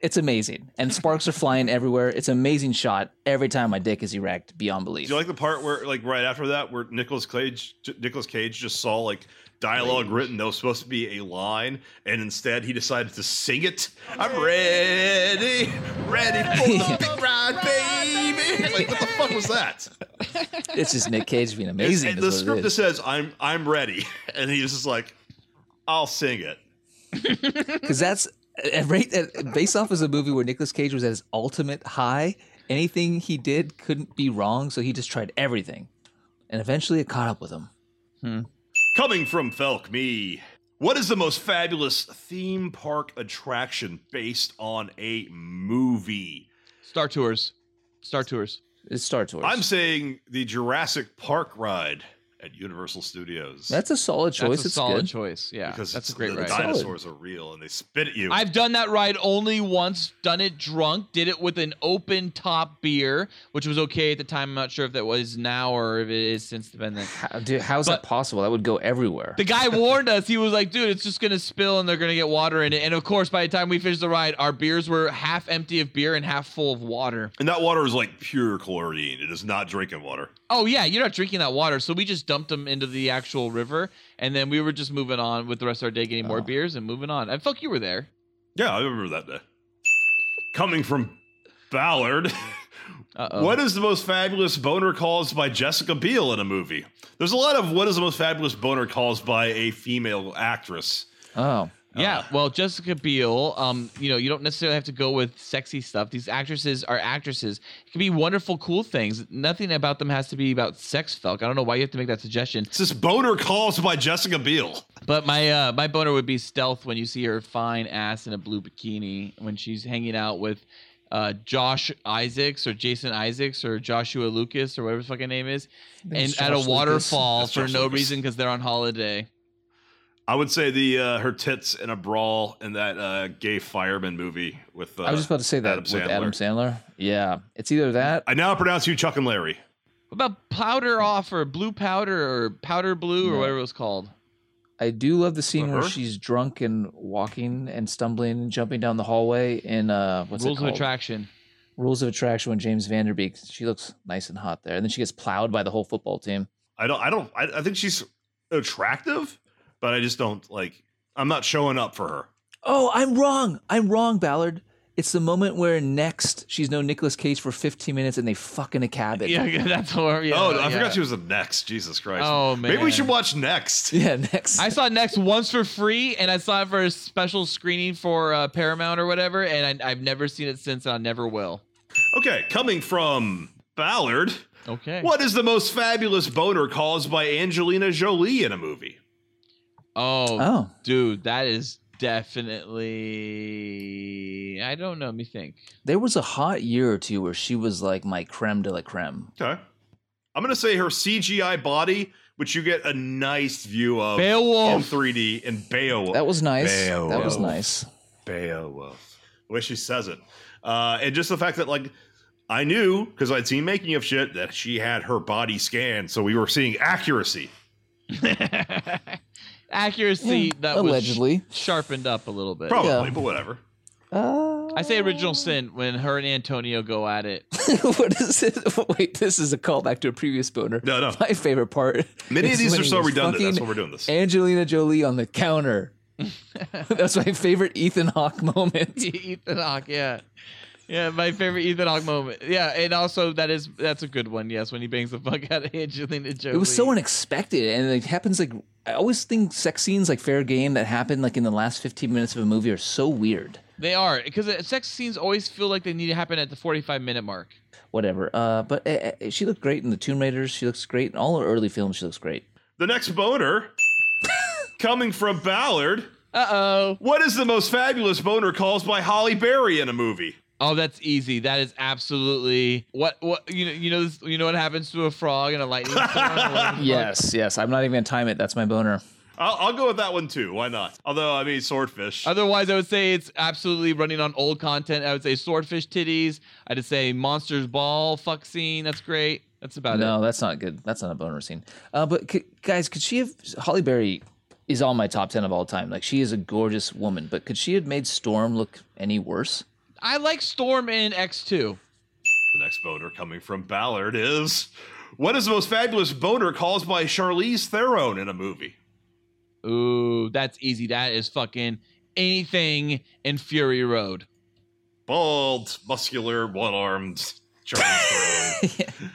it's amazing, and sparks are flying everywhere. It's an amazing shot. Every time my dick is erect beyond Do belief. you like the part where, like, right after that, where Nicholas Cage, Nicholas Cage just saw like dialogue written that was supposed to be a line, and instead he decided to sing it. I'm ready, ready for the big ride, baby. Like, what the fuck was that? it's just Nick Cage being It's- amazing. it- is the what it script that is. says I'm I'm ready, and he's just like, I'll sing it. because that's uh, right. uh, Based off is a movie where Nicolas Cage was at his ultimate high. Anything he did couldn't be wrong, so he just tried everything, and eventually it caught up with him. Coming from Felk Me, what is the most fabulous theme park attraction based on a movie? Star Tours. Star Tours. It's Star Tours. I'm saying the Jurassic Park ride at Universal Studios. That's a solid choice. That's a it's solid good. choice. Yeah, because that's a great it's- the ride. dinosaurs are real and they spit at you. I've done that ride only once, done it drunk, did it with an open top beer, which was okay at the time. I'm not sure if that was now or if it is since been then. How, dude, how's that possible? That would go everywhere. The guy warned us. He was like, dude, it's just going to spill and they're going to get water in it. And of course, by the time we finished the ride, our beers were half empty of beer and half full of water. and that water is like pure chlorine. It is not drinking water. Oh yeah, you're not drinking that water. So we just dumped them into the actual river, and then we were just moving on with the rest of our day, getting Oh. more beers and moving on. And fuck, you were there. Yeah, I remember that day. Coming from Ballard, Uh-oh. what is the most fabulous boner caused by Jessica Biel in a movie? There's a lot of what is the most fabulous boner caused by a female actress. Oh. Yeah, well, Jessica Biel, um, you know, you don't necessarily have to go with sexy stuff. These actresses are actresses. It can be wonderful, cool things. Nothing about them has to be about sex, Felk. I don't know why you have to make that suggestion. It's this boner caused by Jessica Biel. But my uh, my boner would be stealth when you see her fine ass in a blue bikini when she's hanging out with uh, Josh Isaacs or Jason Isaacs or Joshua Lucas or whatever his fucking name is, think and it's Josh at a Lucas. waterfall That's for Josh no Lucas. reason because they're on holiday. I would say the uh, her tits in a brawl in that uh, gay fireman movie with. Uh, I was just about to say that Adam with Adam Sandler. Sandler. Yeah, it's either that. I now pronounce you Chuck and Larry. What about powder off or blue powder or powder blue or No. whatever it was called? I do love the scene where Uh-huh. she's drunk and walking and stumbling and jumping down the hallway in uh, what's Rules it of called? attraction. Rules of Attraction when James Vanderbeek. She looks nice and hot there, and then she gets plowed by the whole football team. I don't. I don't. I, I think she's attractive, but I just don't like. I'm not showing up for her. Oh, I'm wrong. I'm wrong, Ballard. It's the moment where next she's no Nicolas Cage for 15 minutes and they fuck in a cabin. Yeah, that's horrible. Yeah, oh, yeah. I forgot she was the next. Jesus Christ. Oh, Maybe we man. should watch next. Yeah, next. I saw Next once for free, and I saw it for a special screening for uh, Paramount or whatever, and I, I've never seen it since, and I never will. Okay, coming from Ballard. Okay. What is the most fabulous boner caused by Angelina Jolie in a movie? Oh, Oh. dude, that is definitely. I don't know. Let me think. There was a hot year or two where she was like my creme de la creme. Okay. I'm gonna say her CGI body, which you get a nice view of Beowulf. in 3D and Beowulf. That was nice. That was Beowulf. nice. Beowulf. The way she says it. Uh, and just the fact that, like, I knew because I'd seen making of shit that she had her body scanned, so we were seeing accuracy. Accuracy Yeah, that allegedly. was sh- sharpened up a little bit. Probably, Yeah. but whatever. Uh, I say original sin when her and Antonio go at it. what is it? Wait, this is a callback to a previous boner. No, no. My favorite part. Many of is these when are he so was redundant. That's fucking why we're doing this. Angelina Jolie on the counter. That's my favorite Ethan Hawke moment. Ethan Hawke, yeah. Yeah, my favorite Ethan Hawke moment. Yeah, and also that is that's a good one. Yes, when he bangs the fuck out of Angelina Jolie. It was so unexpected, and it happens like I always think sex scenes like fair game that happen like in the last fifteen minutes of a movie are so weird. They are because sex scenes always feel like they need to happen at the forty-five minute mark. Whatever. Uh, but uh, uh, she looked great in the Tomb Raiders. She looks great in all her early films. She looks great. The next boner coming from Ballard. Uh oh. What is the most fabulous boner caused by Holly Berry in a movie? Oh, that's easy. That is absolutely what what you know. You know this, you know what happens to a frog in a lightning storm. or whatever. Yes, yes. I'm not even gonna time it. That's my boner. I'll, I'll go with that one too. Why not? Although, I mean, swordfish. Otherwise, I would say it's absolutely running on old content. I would say swordfish titties. I'd say monsters ball fuck scene. That's great. That's about it. No, that's not good. That's not a boner scene. Uh, but c- guys, could she have? Holly Berry is on my top ten of all time. Like she is a gorgeous woman, but could she have made Storm look any worse? I like Storm in X two. The next boner coming from Ballard is what is the most fabulous boner caused by Charlize Theron in a movie? Ooh, that's easy. That is fucking anything in Fury Road. Bald, muscular, one-armed Charlize Theron.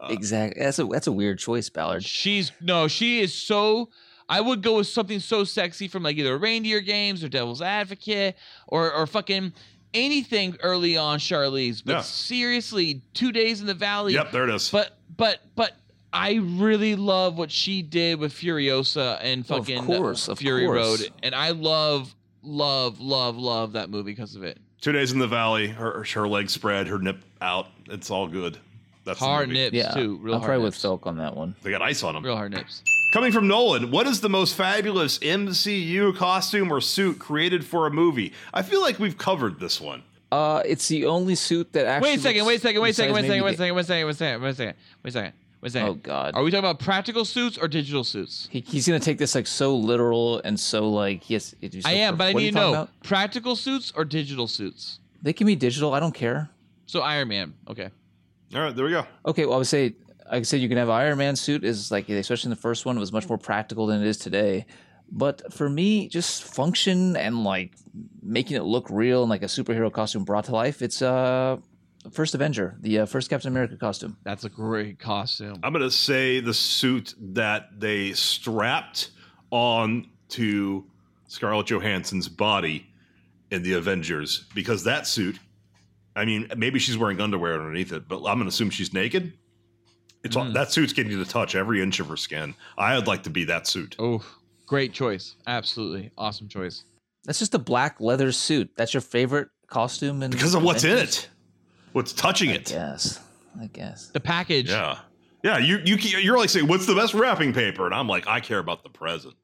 Uh, exactly. That's a that's a weird choice, Ballard. She's no, she is so. I would go with something so sexy from like either Reindeer Games or Devil's Advocate or or fucking anything early on Charlize. But Yeah. seriously, two days in the valley. Yep, there it is. But but but I really love what she did with Furiosa and Well, of fucking course, of Fury course. Road, and I love love love love that movie because of it. Two days in the valley, her her legs spread, her nip out. It's all good. That's the hard movie. nips too. Real I'm hard probably nips. with Philk on that one. They got ice on them. Real hard nips. Coming from Nolan, what is the most fabulous MCU costume or suit created for a movie? I feel like we've covered this one. Uh, it's the only suit that actually. Wait a second. Wait a second. Wait a second. Wait a looks- second. Wait a besides second. Wait a second. Wait a second. Wait a second. Wait a second. Wait a second. Oh, God. Are we talking about practical suits or digital suits? maybe the- He's gonna take this like so literal and so like yes. It is so I am, per- but I what are need you to know talking about? practical suits or digital suits. They can be digital. I don't care. So Iron Man. Okay. All right, there we go. Okay, well, I would say, like I said, you can have an Iron Man suit. Is like especially in the first one, it was much more practical than it is today. But for me, just function and like making it look real and like a superhero costume brought to life. It's uh, first Avenger, the uh, first Captain America costume. That's a great costume. I'm going to say the suit that they strapped on to Scarlett Johansson's body in the Avengers because that suit, I mean, maybe she's wearing underwear underneath it, but I'm going to assume she's naked. It's all that suit's getting you to touch every inch of her skin. I would like to be that suit. Oh, great choice. Absolutely awesome choice. That's just a black leather suit. That's your favorite costume, and Because of what's in it. What's touching it. Yes. I guess. The package. Yeah. Yeah, you you ca- you're like saying what's the best wrapping paper and I'm like I care about the present.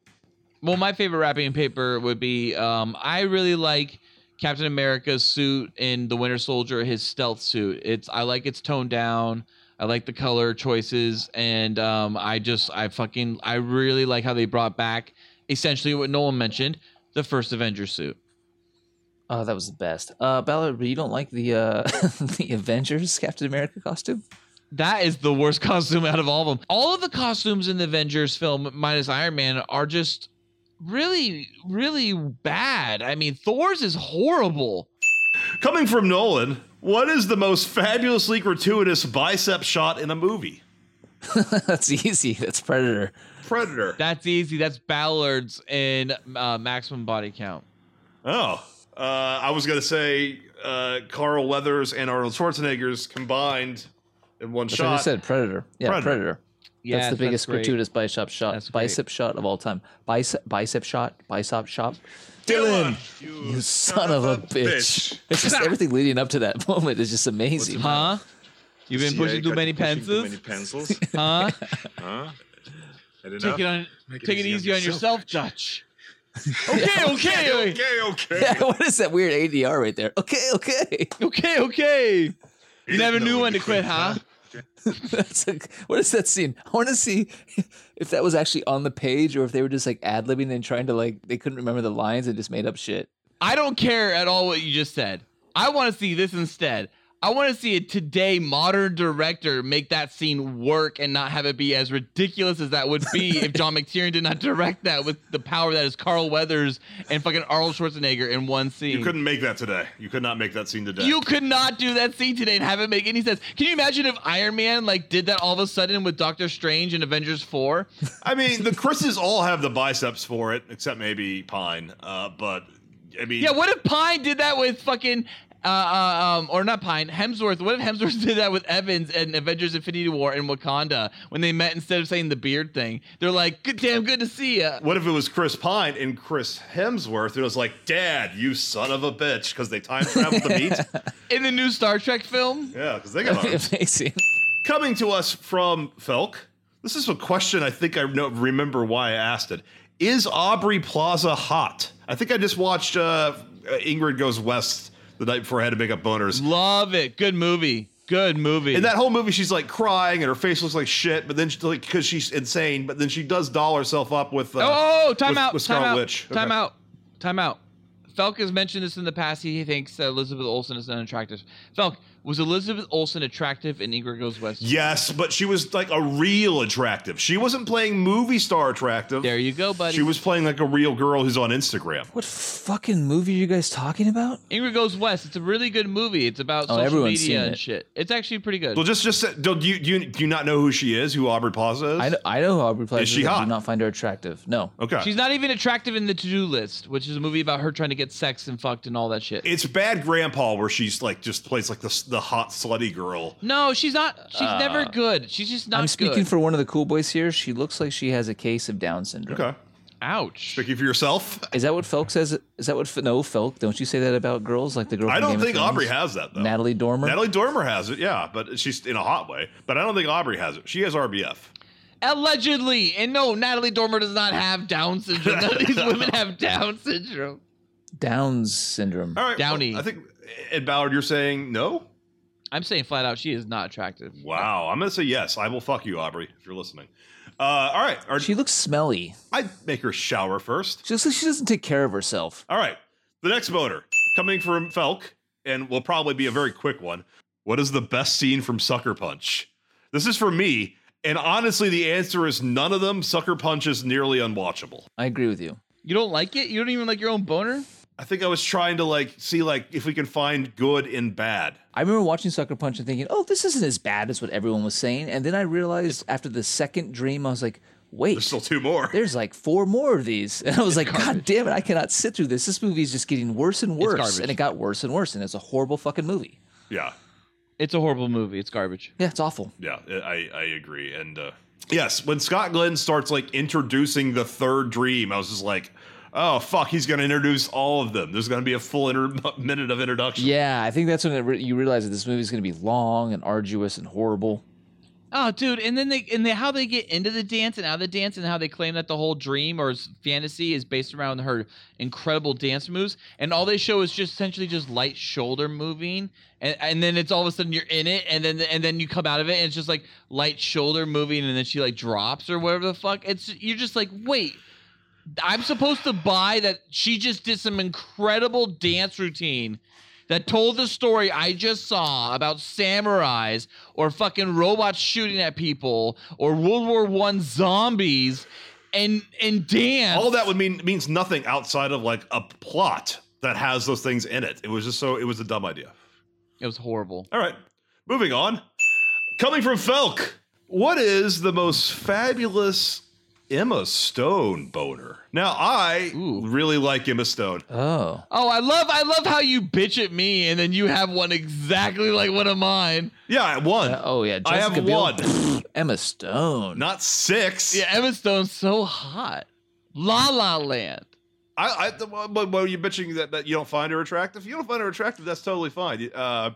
Well, my favorite wrapping paper would be um, I really like Captain America's suit in The Winter Soldier, his stealth suit. It's I like it's toned down. I like the color choices, and um, I just I fucking I really like how they brought back essentially what Nolan mentioned, the first Avenger suit. Oh, that was the best. Uh, Ballard, you don't like the uh, the Avengers Captain America costume? That is the worst costume out of all of them. All of the costumes in the Avengers film, minus Iron Man, are just really, really bad. I mean, Thor's is horrible. Coming from Nolan, what is the most fabulously gratuitous bicep shot in a movie? That's easy. That's Predator. Predator. That's easy. That's Ballard's in uh, maximum body count. Oh, uh, I was gonna say uh, Carl Weathers and Arnold Schwarzenegger's combined in one That's what shot. I said Predator. Yeah, Predator. Predator. Yeah, that's the that's biggest great. gratuitous bicep shot, bicep shot of all time. Bicep, bicep shot, bicep shot. Dylan, you, son of a bitch! It's just everything leading up to that moment is just amazing. Huh? You've been See, I pushing too got many pushing pencils. too many pencils. huh? Huh? I don't Take know. it on. Make take it easy on yourself, Dutch. okay, okay, okay, okay. Yeah, what is that weird ADR right there? Okay, okay, okay, okay. You never know knew when when to to quit, huh? That's a, what is that scene? I want to see if that was actually on the page or if they were just like ad libbing and trying to like they couldn't remember the lines and just made up shit. I don't care at all what you just said. I want to see this instead. I want to see a today modern director make that scene work and not have it be as ridiculous as that would be if John McTiernan did not direct that with the power that is Carl Weathers and fucking Arnold Schwarzenegger in one scene. You couldn't make that today. You could not make that scene today. You could not do that scene today and have it make any sense. Can you imagine if Iron Man like did that all of a sudden with Doctor Strange in Avengers Four? I mean, the Chris's all have the biceps for it, except maybe Pine. Uh, but I mean, Yeah, what if Pine did that with fucking uh, uh, um, or not Pine Hemsworth? What if Hemsworth did that with Evans and Avengers: Infinity War and Wakanda when they met? Instead of saying the beard thing, they're like, "Good damn, good to see ya." What if it was Chris Pine and Chris Hemsworth? And it was like, Dad, you son of a bitch, because they time traveled to meet. in the new Star Trek film? Yeah, because they got arms. amazing. Coming to us from Felk, this is a question I think I know, remember why I asked it. Is Aubrey Plaza hot? I think I just watched uh, Ingrid Goes West the night before I had to make up boners. Love it. Good movie. Good movie. In that whole movie, she's like crying and her face looks like shit, but then she, like, because she's insane, but then she does doll herself up with. Uh, oh, oh, time with- out. with time Scarlet out. Witch. Time Okay. out. Time out. Felk has mentioned this in the past. He thinks that Elizabeth Olsen is unattractive. Felk, was Elizabeth Olsen attractive in Ingrid Goes West? Yes, but she was like a real attractive. She wasn't playing movie star attractive. There you go, buddy. She was playing like a real girl who's on Instagram. What fucking movie are you guys talking about? Ingrid Goes West. It's a really good movie. It's about Oh, social everyone's media seen and it. shit. It's actually pretty good. Well, just just say- do you do you, do you not know who she is? Who Aubrey Plaza is? I know, I know who Aubrey Plaza Is she I hot? do not find her attractive. No. Okay. She's not even attractive in the To Do List, which is a movie about her trying to get sex and fucked and all that shit. it's bad grandpa where she's like just plays like the the hot slutty girl. no, she's not. She's Uh, never good. She's just not I'm speaking good. for one of the cool boys here. She looks like she has a case of Down syndrome. Okay. Ouch. Speaking for yourself. Is that what Felk says? Is that what no Felk? Don't you say that about girls like the girl? I from don't Game of think Thrones? Aubrey has that though. Natalie Dormer. Natalie Dormer has it, yeah, but she's in a hot way. But I don't think Aubrey has it. She has RBF. Allegedly. And no, Natalie Dormer does not have Down syndrome. None of these women have Down syndrome. Down's syndrome. All right, Downey. I think uh, Ed Ballard, you're saying no. I'm saying flat out, she is not attractive. Wow, I'm gonna say yes. I will fuck you, Aubrey, if you're listening. Uh, all right, Ar- She looks smelly. I'd make her shower first. She looks like she doesn't take care of herself. All right, the next voter coming from Felk, and will probably be a very quick one. What is the best scene from Sucker Punch? This is for me, and honestly, the answer is none of them. Sucker Punch is nearly unwatchable. I agree with you. You don't like it? You don't even like your own boner? I think I was trying to like see like if we can find good and bad. I remember watching Sucker Punch and thinking, "Oh, this isn't as bad as what everyone was saying." And then I realized after the second dream, I was like, "Wait, there's still two more. There's like four more of these." And I was like, "God damn it, I cannot sit through this. This movie is just getting worse and worse." garbage. And it got worse and worse, and it's a horrible fucking movie. Yeah, It's a horrible movie. It's garbage. Yeah, it's awful. yeah, I I agree. And uh, yes, when Scott Glenn starts like introducing the third dream, I was just like, oh fuck, he's gonna introduce all of them. There's gonna be a full inter- minute of introduction. Yeah, I think that's when it re- you realize that this movie is going to be long and arduous and horrible. Oh, dude, and then they and they, how they get into the dance and out of the dance and how they claim that the whole dream or s- fantasy is based around her incredible dance moves, and all they show is just essentially just light shoulder moving, and, and then it's all of a sudden you're in it, and then and then you come out of it, and it's just like light shoulder moving, and then she like drops or whatever the fuck. It's you're just like wait. I'm supposed to buy that she just did some incredible dance routine that told the story I just saw about samurais or fucking robots shooting at people or World War One zombies and and dance. All that would mean means nothing outside of like a plot that has those things in it. It was just so it was a dumb idea. it was horrible. All right, moving on. Coming from Felk, what is the most fabulous Emma Stone boner? Now, I really like Emma Stone. Oh, Oh, I love I love how you bitch at me and then you have one exactly like one of mine. Yeah, I won. oh yeah, I have Jessica Biel. one, Emma Stone. not six. Yeah, Emma Stone's so hot. La La Land. I, I the- but well, you bitching that, that you don't find her attractive. You don't find her attractive. That's totally fine. Uh,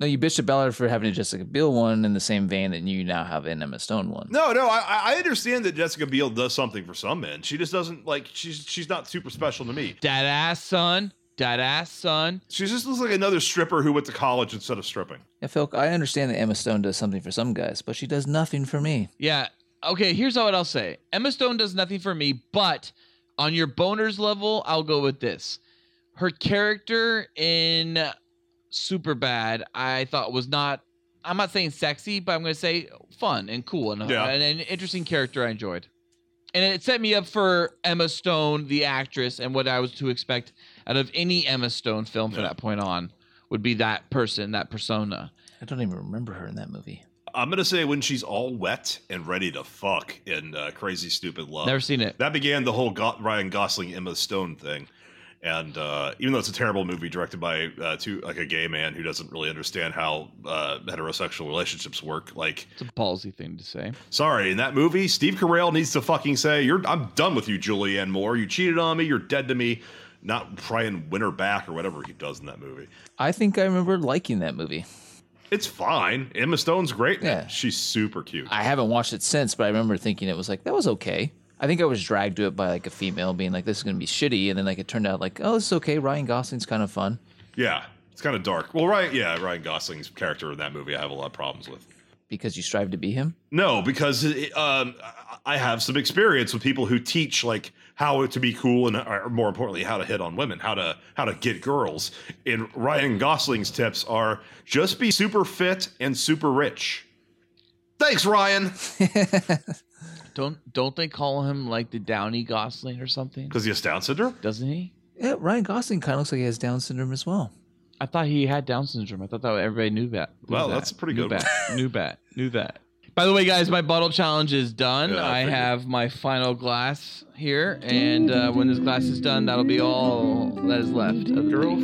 No, you bitched about her for having a Jessica Biel one in the same vein that you now have an Emma Stone one. no, no, I- I, I understand that Jessica Biel does something for some men. She just doesn't like. She's she's not super special to me. Dad ass son. Dad ass son. She just looks like another stripper who went to college instead of stripping. Yeah, Phil, I understand that Emma Stone does something for some guys, but she does nothing for me. Yeah. Okay, here's what I'll say. Emma Stone does nothing for me, but on your boners level, I'll go with this. Her character in Superbad, I thought was not I'm not saying sexy, but I'm going to say fun and cool and, Yeah. and an interesting character I enjoyed. And it set me up for Emma Stone, the actress, and what I was to expect out of any Emma Stone film from that point on would be that person, that persona. I don't even remember her in that movie. I'm gonna say when she's all wet and ready to fuck in uh, Crazy Stupid Love. Never seen it. That began the whole Go- Ryan Gosling Emma Stone thing. And uh, even though it's a terrible movie directed by uh, two like a gay man who doesn't really understand how uh, heterosexual relationships work, like It's a ballsy thing to say. sorry, in that movie, Steve Carell needs to fucking say, "You're I'm done with you, Julianne Moore. You cheated on me. You're dead to me." Not try and win her back or whatever he does in that movie. I think I remember liking that movie. It's fine. Emma Stone's great. in it. Yeah. she's super cute. I haven't watched it since, but I remember thinking it was like that was okay. I think I was dragged to it by like a female being like, "This is gonna be shitty," and then like it turned out like, "Oh, this is okay." Ryan Gosling's kind of fun. Yeah, it's kind of dark. Well, right, yeah, Ryan Gosling's character in that movie, I have a lot of problems with. because you strive to be him. No, because it, um, I have some experience with people who teach like how to be cool and, or more importantly, how to hit on women, how to how to get girls. And Ryan Gosling's tips are just be super fit and super rich. Thanks, Ryan, Don't don't they call him like the Downey Gosling or something? because he has Down syndrome. Doesn't he? Yeah, Ryan Gosling kind of looks like he has Down syndrome as well. I thought he had Down syndrome. I thought that everybody knew that. Knew Wow, that. that's a pretty knew good That. knew that. Knew that. By the way, guys, my bottle challenge is done. Yeah, I I figured. have my final glass here, and uh, when this glass is done, that'll be all that is left of the Girl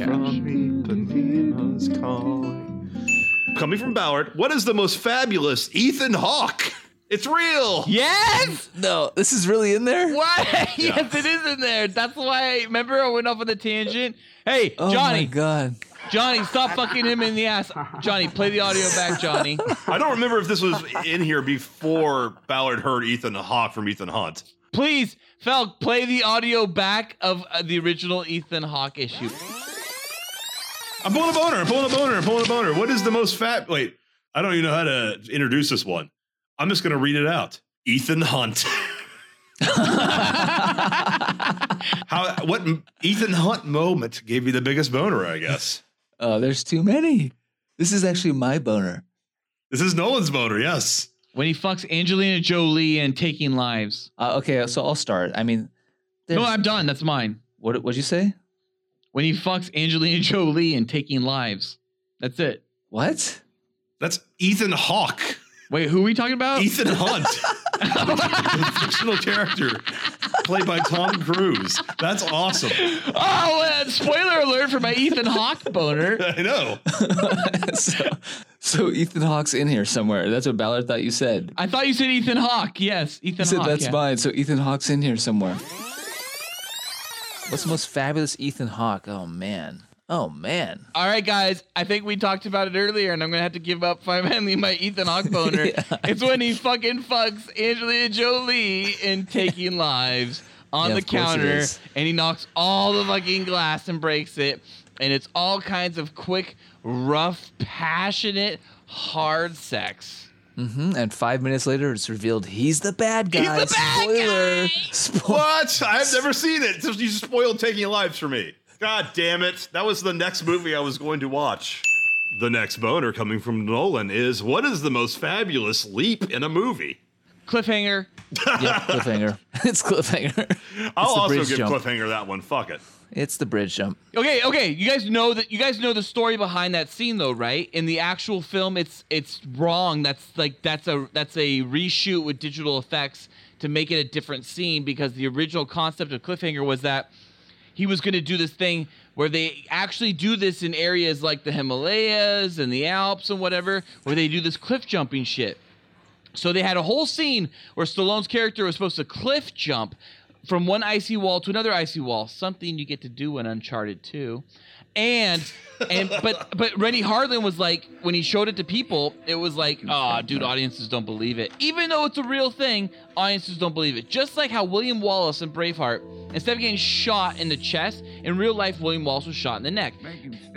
Coming from Ballard, what is the most fabulous Ethan Hawke It's real. Yes. No, this is really in there. What? yes, it is in there. That's why. Remember, I went off on the tangent. Hey, Oh my Johnny. god. Johnny, stop fucking him in the ass. Johnny, play the audio back, Johnny. I don't remember if this was in here before Ballard heard Ethan Hawke from Ethan Hunt. Please, Felk, play the audio back of uh, the original Ethan Hawke issue. I'm pulling a boner. I'm pulling a boner. I'm pulling a boner. What is the most fat? Wait, I don't even know how to introduce this one. I'm just going to read it out. Ethan Hunt. how? What m- Ethan Hunt moment gave you the biggest boner? I guess Oh, there's too many. This is actually my boner. this is Nolan's boner. Yes. When he fucks Angelina Jolie and taking lives. Uh, okay, so I'll start. I mean, No, there's- I'm done. That's mine. what what'd you say? When he fucks Angelina Jolie and taking lives. That's it. What? That's Ethan Hawke. Wait, who are we talking about? Ethan Hunt, the fictional character played by Tom Cruise. That's awesome. Oh, uh, spoiler alert for my Ethan Hawke boner. I know. so, so Ethan Hawke's in here somewhere. That's what Ballard thought you said. I thought you said Ethan Hawke. Yes, You Ethan said Hawke. that's yeah. mine. So Ethan Hawke's in here somewhere. What's the most fabulous Ethan Hawke? Oh man. Oh man. All right, guys. I think we talked about it earlier, and I'm gonna have to give up finally my Ethan Hawke boner. Yeah. It's when he fucking fucks Angelina Jolie in Taking Lives on Yeah, the of course it counter, is. and he knocks all the fucking glass and breaks it, and it's all kinds of quick, rough, passionate, hard sex. hmm And five minutes later, it's revealed he's the bad He's the guy. bad Spoiler. Spoiler. What? I've never seen it. Just- You spoiled Taking Lives for me. God damn it. That was the next movie I was going to watch. The next boner coming from Nolan is what is the most fabulous leap in a movie? Cliffhanger. yeah, cliffhanger. It's cliffhanger. I'll It's the also bridge give jump. Cliffhanger that one. Fuck it. It's the bridge jump. Okay, okay. You guys know that you guys know the story behind that scene though, right? In the actual film it's it's wrong. That's like that's a that's a reshoot with digital effects to make it a different scene because the original concept of cliffhanger was that he was going to do this thing where they actually do this in areas like the Himalayas and the Alps and whatever where they do this cliff jumping shit. So they had a whole scene where Stallone's character was supposed to cliff jump from one icy wall to another icy wall, something you get to do in Uncharted 2. And and but but Rennie Harlan was like when he showed it to people, it was like, "Ah, dude, audiences don't believe it." Even though it's a real thing, audiences don't believe it. Just like how William Wallace in Braveheart, instead of getting shot in the chest, in real life William Wallace was shot in the neck.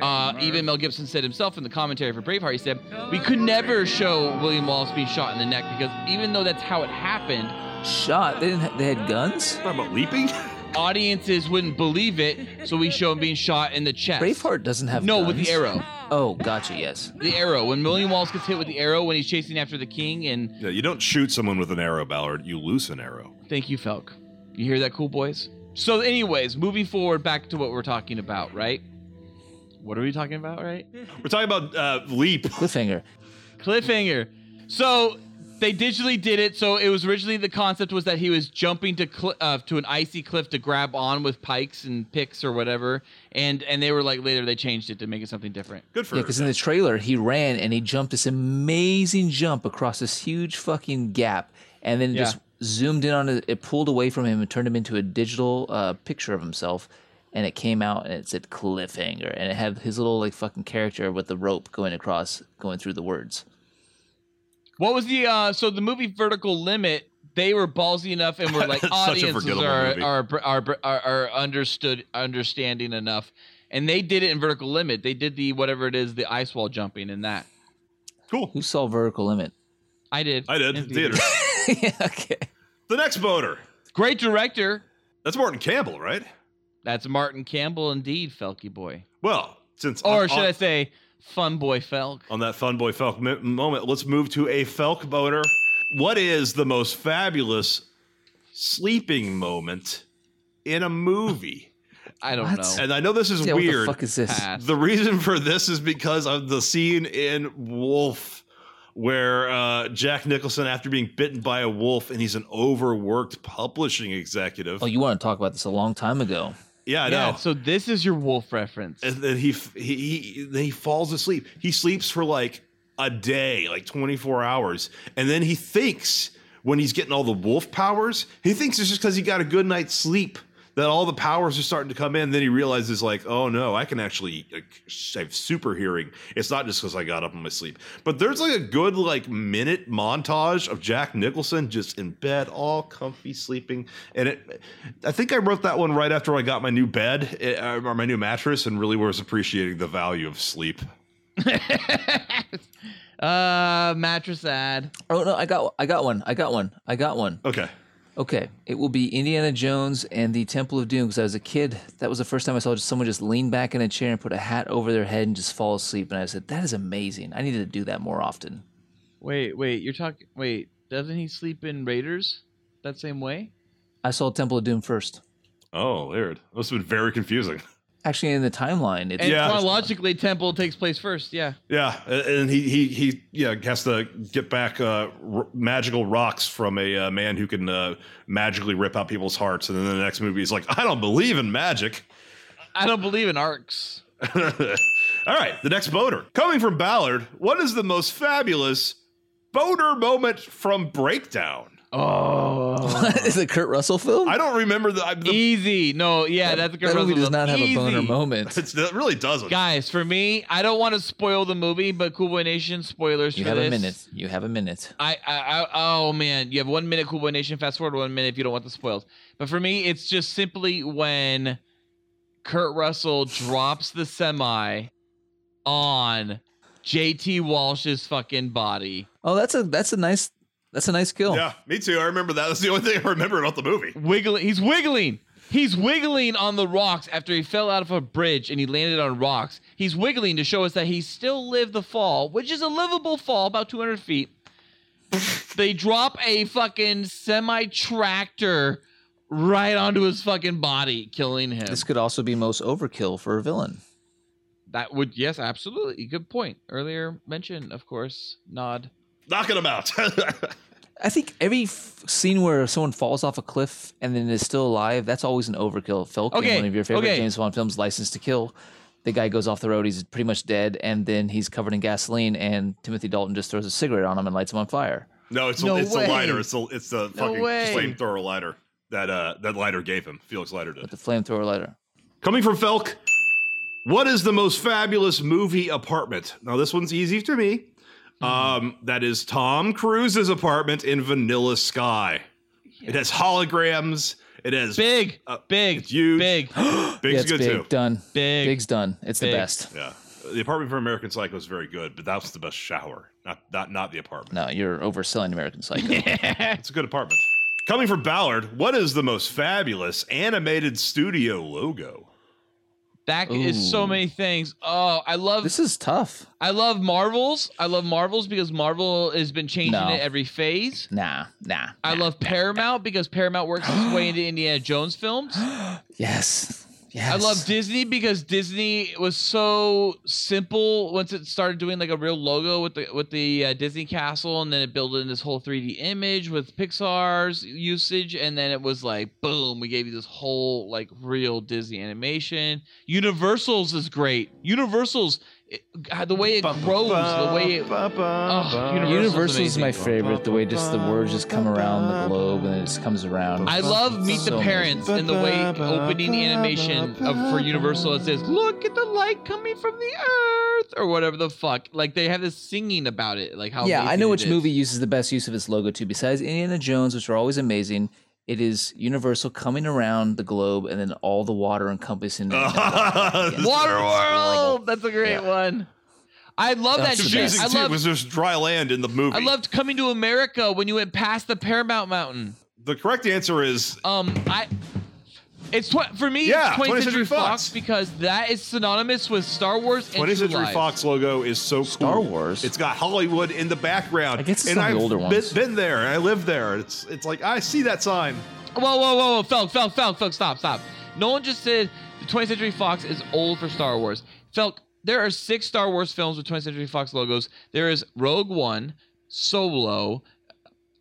Uh, even Mel Gibson said himself in the commentary for Braveheart, he said, We could never show William Wallace being shot in the neck because even though that's how it happened, Shot. They didn't. They had guns. Talking about leaping? audiences wouldn't believe it, so we show him being shot in the chest. Braveheart doesn't have. No, with the guns. arrow. Oh, gotcha. Yes. The arrow. When William Wallace gets hit with the arrow when he's chasing after the king, and Yeah, you don't shoot someone with an arrow, Ballard. You loose an arrow. thank you, Felk. You hear that, cool boys? So, anyways, moving forward back to what we're talking about, right? What are we talking about, right? We're talking about uh, leap. Cliffhanger. Cliffhanger. So they digitally did it. So it was originally the concept was that he was jumping to cl- uh, to an icy cliff to grab on with pikes and picks or whatever, and and they were like later they changed it to make it something different. Good for Yeah, you. because in the trailer he ran and he jumped this amazing jump across this huge fucking gap, and then it Yeah. just zoomed in on it. It pulled away from him and turned him into a digital uh, picture of himself, and it came out and it said cliffhanger, and it had his little like fucking character with the rope going across, going through the words. What was the uh? So the movie Vertical Limit. They were ballsy enough, and were like Such a audiences forgettable are movie. are, are are are understood understanding enough, and they did it in Vertical Limit. They did the whatever it is, the ice wall jumping, and that Cool. Who saw Vertical Limit? I did. I did. in Theater. yeah, okay. the next boner. Great director. That's Martin Campbell, right? That's Martin Campbell, indeed, Felky boy. Well, since Or I'm should on- I say, fun boy Felk? on that fun boy Felk mi- moment, let's move to a Felk boner. What is the most fabulous sleeping moment in a movie? I don't What? know. And I know this is Yeah, weird. What the fuck is this? Pass. The reason for this is because of the scene in Wolf where uh, Jack Nicholson, after being bitten by a wolf, and he's an overworked publishing executive. Oh, you want to talk about this a long time ago? yeah, I know. yeah, so this is your wolf reference. and then he f- he, he then he falls asleep. He sleeps for like a day, like 24 hours, and then he thinks when he's getting all the wolf powers, he thinks it's just because he got a good night's sleep that all the powers are starting to come in. Then he realizes, like, oh no, I can actually like, sh- have super hearing. It's not just because I got up in my sleep. But there's like a good like minute montage of Jack Nicholson just in bed, all comfy sleeping. And it, I think I wrote that one right after I got my new bed eh, or my new mattress, and really was appreciating the value of sleep. Uh, mattress ad. Oh no, I got I got one. I got one. I got one. Okay. Okay. It will be Indiana Jones and the Temple of Doom. Because I was a kid, that was the first time I saw just someone just lean back in a chair and put a hat over their head and just fall asleep. And I said, "That is amazing. I needed to do that more often." Wait, wait, you're talking. Wait, doesn't he sleep in Raiders that same way? I saw Temple of Doom first. Oh, weird. Must have been very confusing. Actually, in the timeline, it's And chronologically, Temple takes place first. Yeah. Yeah, a- and he he he yeah has to get back uh, r- magical rocks from a uh, man who can uh, magically rip out people's hearts, and then the next movie is like, I don't believe in magic. I don't believe in arcs. All right, the next boater coming from Ballard. What is the most fabulous boater moment from Breakdown? Oh, is it Kurt Russell film? I don't remember the, I- the Easy. No, yeah, that's a good that movie Russell does not have a boner Easy. moment. It's, it really doesn't. Guys, for me, I don't want to spoil the movie, but Cool Boy Nation spoilers You for have this. a minute. You have a minute. I, I, I, oh man, you have one minute, Cool Boy Nation. Fast forward one minute if you don't want the spoils. But for me, it's just simply when Kurt Russell drops the semi on JT Walsh's fucking body. Oh, that's a that's a nice that's a nice kill. Yeah, me too. I remember that. That's the only thing I remember about the movie. Wiggling, he's wiggling. He's wiggling on the rocks after he fell out of a bridge and he landed on rocks. He's wiggling to show us that he still lived the fall, which is a livable fall, about 200 feet. they drop a fucking semi tractor right onto his fucking body, killing him. This could also be most overkill for a villain. That would, yes, absolutely. Good point. Earlier mention, of course, nod. Knocking him out. I think every f- scene where someone falls off a cliff and then is still alive, that's always an overkill. Falcon, Okay, one of your favorite okay. James Bond films, License to Kill. The guy goes off the road, he's pretty much dead, and then he's covered in gasoline, and Timothy Dalton just throws a cigarette on him and lights him on fire. No, it's No a, it's way. a lighter. It's a it's a fucking way. flamethrower lighter that uh that lighter gave him. Felix Leiter did. The flamethrower lighter. Coming from Felk, what is the most fabulous movie apartment? Now this one's easy to me. Um, that is Tom Cruise's apartment in Vanilla Sky. It has holograms. It has Big, uh, big, it's huge. big, Yeah, Big's it's good big. too. Done. big. Big's done. It's Big. the best. Yeah, the apartment from American Psycho is very good, but that was the best shower. Not not not the apartment. No, you're overselling American Psycho. It's a good apartment. Coming from Ballard, what is the most fabulous animated studio logo? That is so Ooh. many things. Oh, I love this is tough. I love Marvels. I love Marvels because Marvel has been changing No. it every phase. Nah, nah. I love Paramount because Paramount works its way into Indiana Jones films. Yes. Yes. I love Disney because Disney was so simple once it started doing like a real logo with the with the uh, Disney castle and then it built in this whole 3D image with Pixar's usage and then it was like boom we gave you this whole like real Disney animation. Universal's is great. Universal's it, God, the way it grows, the way it oh, Universal is amazing. my favorite. The way just the words just come around the globe and it just comes around. I love Meet So the amazing. Parents and the way opening animation of, for Universal it says, "Look at the light coming from the earth" or whatever the fuck. Like they have this singing about it, like how. yeah, I amazing know it which is. movie uses the best use of its logo too. Besides Indiana Jones, which are always amazing, it is Universal coming around the globe and then all the water encompassing. Waterworld. Waterworld. That's a great one. I love That's that the shit. Confusing I too love. was there's dry land in the movie. I loved coming to America when you went past the Paramount Mountain. the correct answer is Um, I. It's tw- for me. Yeah, it's 20th, Century, Fox. Fox. because that is synonymous with Star Wars. and 20th True Century Lies. Fox logo is so Star cool. Wars. It's got Hollywood in the background. I guess it's and some of I've the older been, ones. been there. I live there. It's it's like I see that sign. Whoa, whoa, whoa, whoa, Felk, Felk, Felk, Felk, stop, stop. No one just said the 20th Century Fox is old for Star Wars. Felk, there are six Star Wars films with 20th Century Fox logos. There is Rogue One, Solo,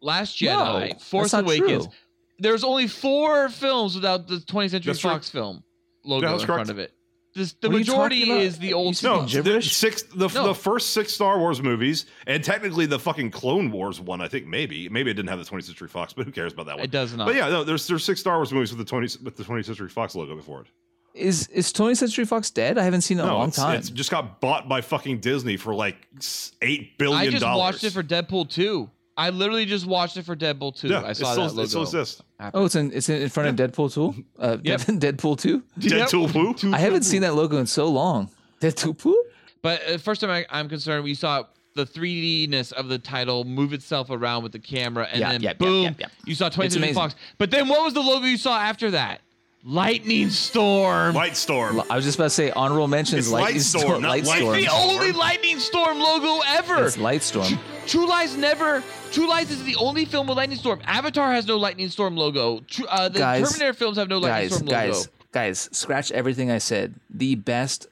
Last Jedi, No, Force that's not Awakens. true. There's only four films without the 20th Century That's true. Fox film logo Yeah, in that's front correct. of it. this, the majority is the old no, stuff. the six the, No. the first six Star Wars movies, and technically the fucking Clone Wars one. I think maybe maybe it didn't have the 20th Century Fox, but who cares about that one? It does not. But yeah, no, there's there's six Star Wars movies with the 20 with the 20th Century Fox logo before it. Is is 20th Century Fox dead? I haven't seen it in a long it's, time. it's just got bought by fucking Disney for like s- eight billion I just dollars. watched it for Deadpool 2. I literally just watched it for Deadpool 2. Yeah, I it saw still- that logo. it still exists. Oh, it's in it's in, in front of Deadpool Two. Uh, Deadpool Two. Deadpool Two. I haven't seen that logo in so long. Deadpool Two. But uh, first time I, I'm concerned, we saw the 3D-ness of the title move itself around with the camera, and Yeah, then yeah, yeah, boom, yeah, yeah. you saw 20th It's Century amazing. Fox. But then what was the logo you saw after that? Lightning Storm. Light Storm. I was just about to say honorable mentions. It's Light, Light Storm. Storm, not Light Light Storm. It's the only Lightning Storm logo ever. It's Light Storm. True Lies never. True Lies is the only film with Lightning Storm. Avatar has no Lightning Storm logo. True, uh, the Guys, Terminator films have no Lightning guys, Storm logo. guys, guys, scratch everything I said. The best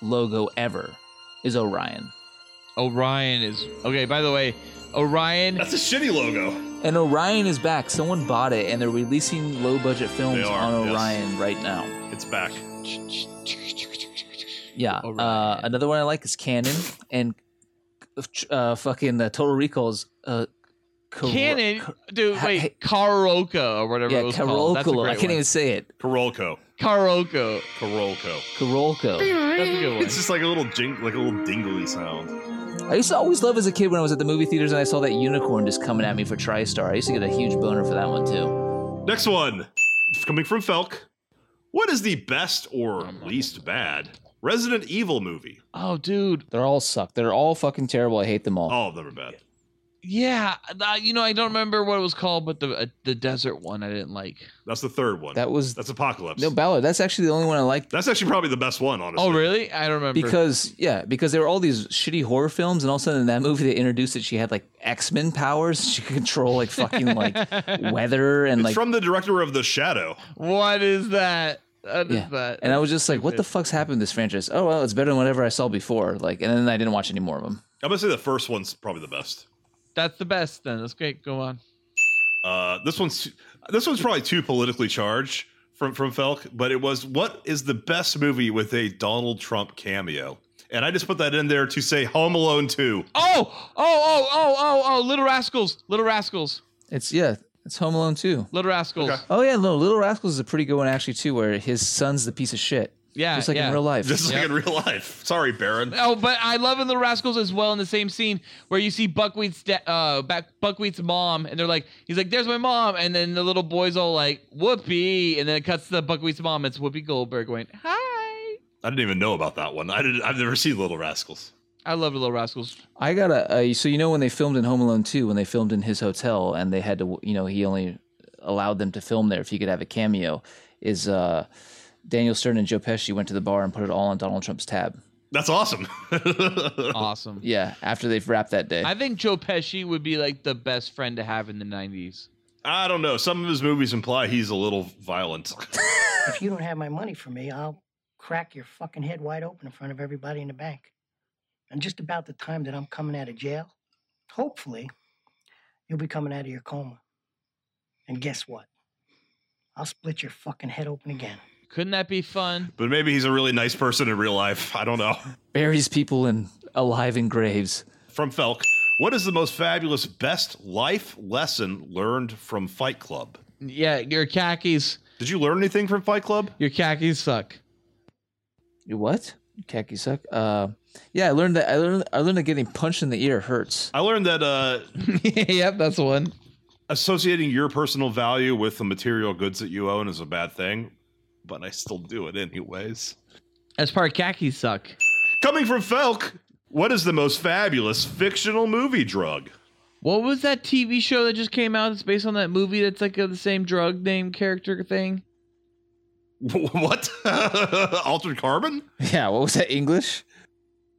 logo ever is Orion. Orion is okay. By the way, Orion. That's a shitty logo. And Orion is back. Someone bought it, and they're releasing low budget films They are, on yes. Orion right now. It's back. Yeah. Uh, another one I like is Canon, and uh, fucking uh, Total Recall's. Uh, Kar- Canon, Kar- dude, ha- wait, hey- Karolko or whatever yeah, it was called. That's a Karolko. great I can't one. even say it. Karolko. Karolko. Karolko. Karolko. That's a good one. It's just like a little jing, like a little dingly sound. I used to always love as a kid when I was at the movie theaters and I saw that unicorn just coming at me for TriStar. I used to get a huge boner for that one too. Next one, coming from Felk. What is the best or least bad Resident Evil movie? Oh, dude, they're all suck. They're all fucking terrible. I hate them all. All of them are bad. Yeah, uh, you know I don't remember what it was called, but the uh, the desert one I didn't like. That's the third one. That was That's Apocalypse. no Ballard. That's actually the only one I liked That's actually probably the best one, honestly. Oh, really? I don't remember because yeah, because there were all these shitty horror films, and all of a sudden in that movie they introduced that she had like X Men powers. She could control like fucking like weather and It's like from the director of The Shadow. what is that? Uh, What is Yeah. that? And I was just like, what the fuck's happened to this franchise? Oh well, it's better than whatever I saw before. Like, and then I didn't watch any more of them. I'm gonna say the first one's probably the best. That's the best. Then that's great. Go on. Uh, this one's this one's probably too politically charged from from Felk, but it was what is the best movie with a Donald Trump cameo? And I just put that in there to say Home Alone 2. Oh, oh, oh, oh, oh, oh! Little Rascals, Little Rascals, It's yeah, it's Home Alone too. Little Rascals. Oh yeah, no, Little Rascals is a pretty good one actually too, where his son's the piece of shit. Yeah, just like yeah. in real life. Just like in real life. Sorry, Baron. Oh, but I love in the Rascals as well in the same scene where you see Buckwheat's da- uh back Buckwheat's mom and they're like he's like there's my mom and then the little boy's all like Whoopi and then it cuts to Buckwheat's mom it's Whoopi Goldberg going hi I didn't even know about that one. I didn't I've never seen Little Rascals. I love the Little Rascals I gotta. Uh, so you know when they filmed in Home Alone two, when they filmed in his hotel, and they had to, you know, he only allowed them to film there if he could have a cameo. Is uh, Daniel Stern and Joe Pesci went to the bar and put it all on Donald Trump's tab. That's awesome. awesome Yeah, after they've wrapped that day. I think Joe Pesci would be like the best friend to have in the 90s I don't know. Some of his movies imply he's a little violent. If you don't have my money for me, I'll crack your fucking head wide open in front of everybody in the bank. And just about the time that I'm coming out of jail, hopefully, you'll be coming out of your coma. And guess what? I'll split your fucking head open again. couldn't that be fun But maybe he's a really nice person in real life. I don't know. Buries people in alive in graves. From Felk, what is the most fabulous best life lesson learned from Fight Club? yeah your khakis Did you learn anything from Fight Club? your khakis suck You what? Khaki suck. Uh, yeah, I learned that. I learned. I learned that getting punched in the ear hurts. I learned that uh, yep that's one associating your personal value with the material goods that you own is a bad thing, but I still do it anyways. as part of khakis suck Coming from Felk, what is the most fabulous fictional movie drug? What was that TV show that just came out that's based on that movie that's like uh, the same drug name character thing? What? Altered Carbon? Yeah, what was that English?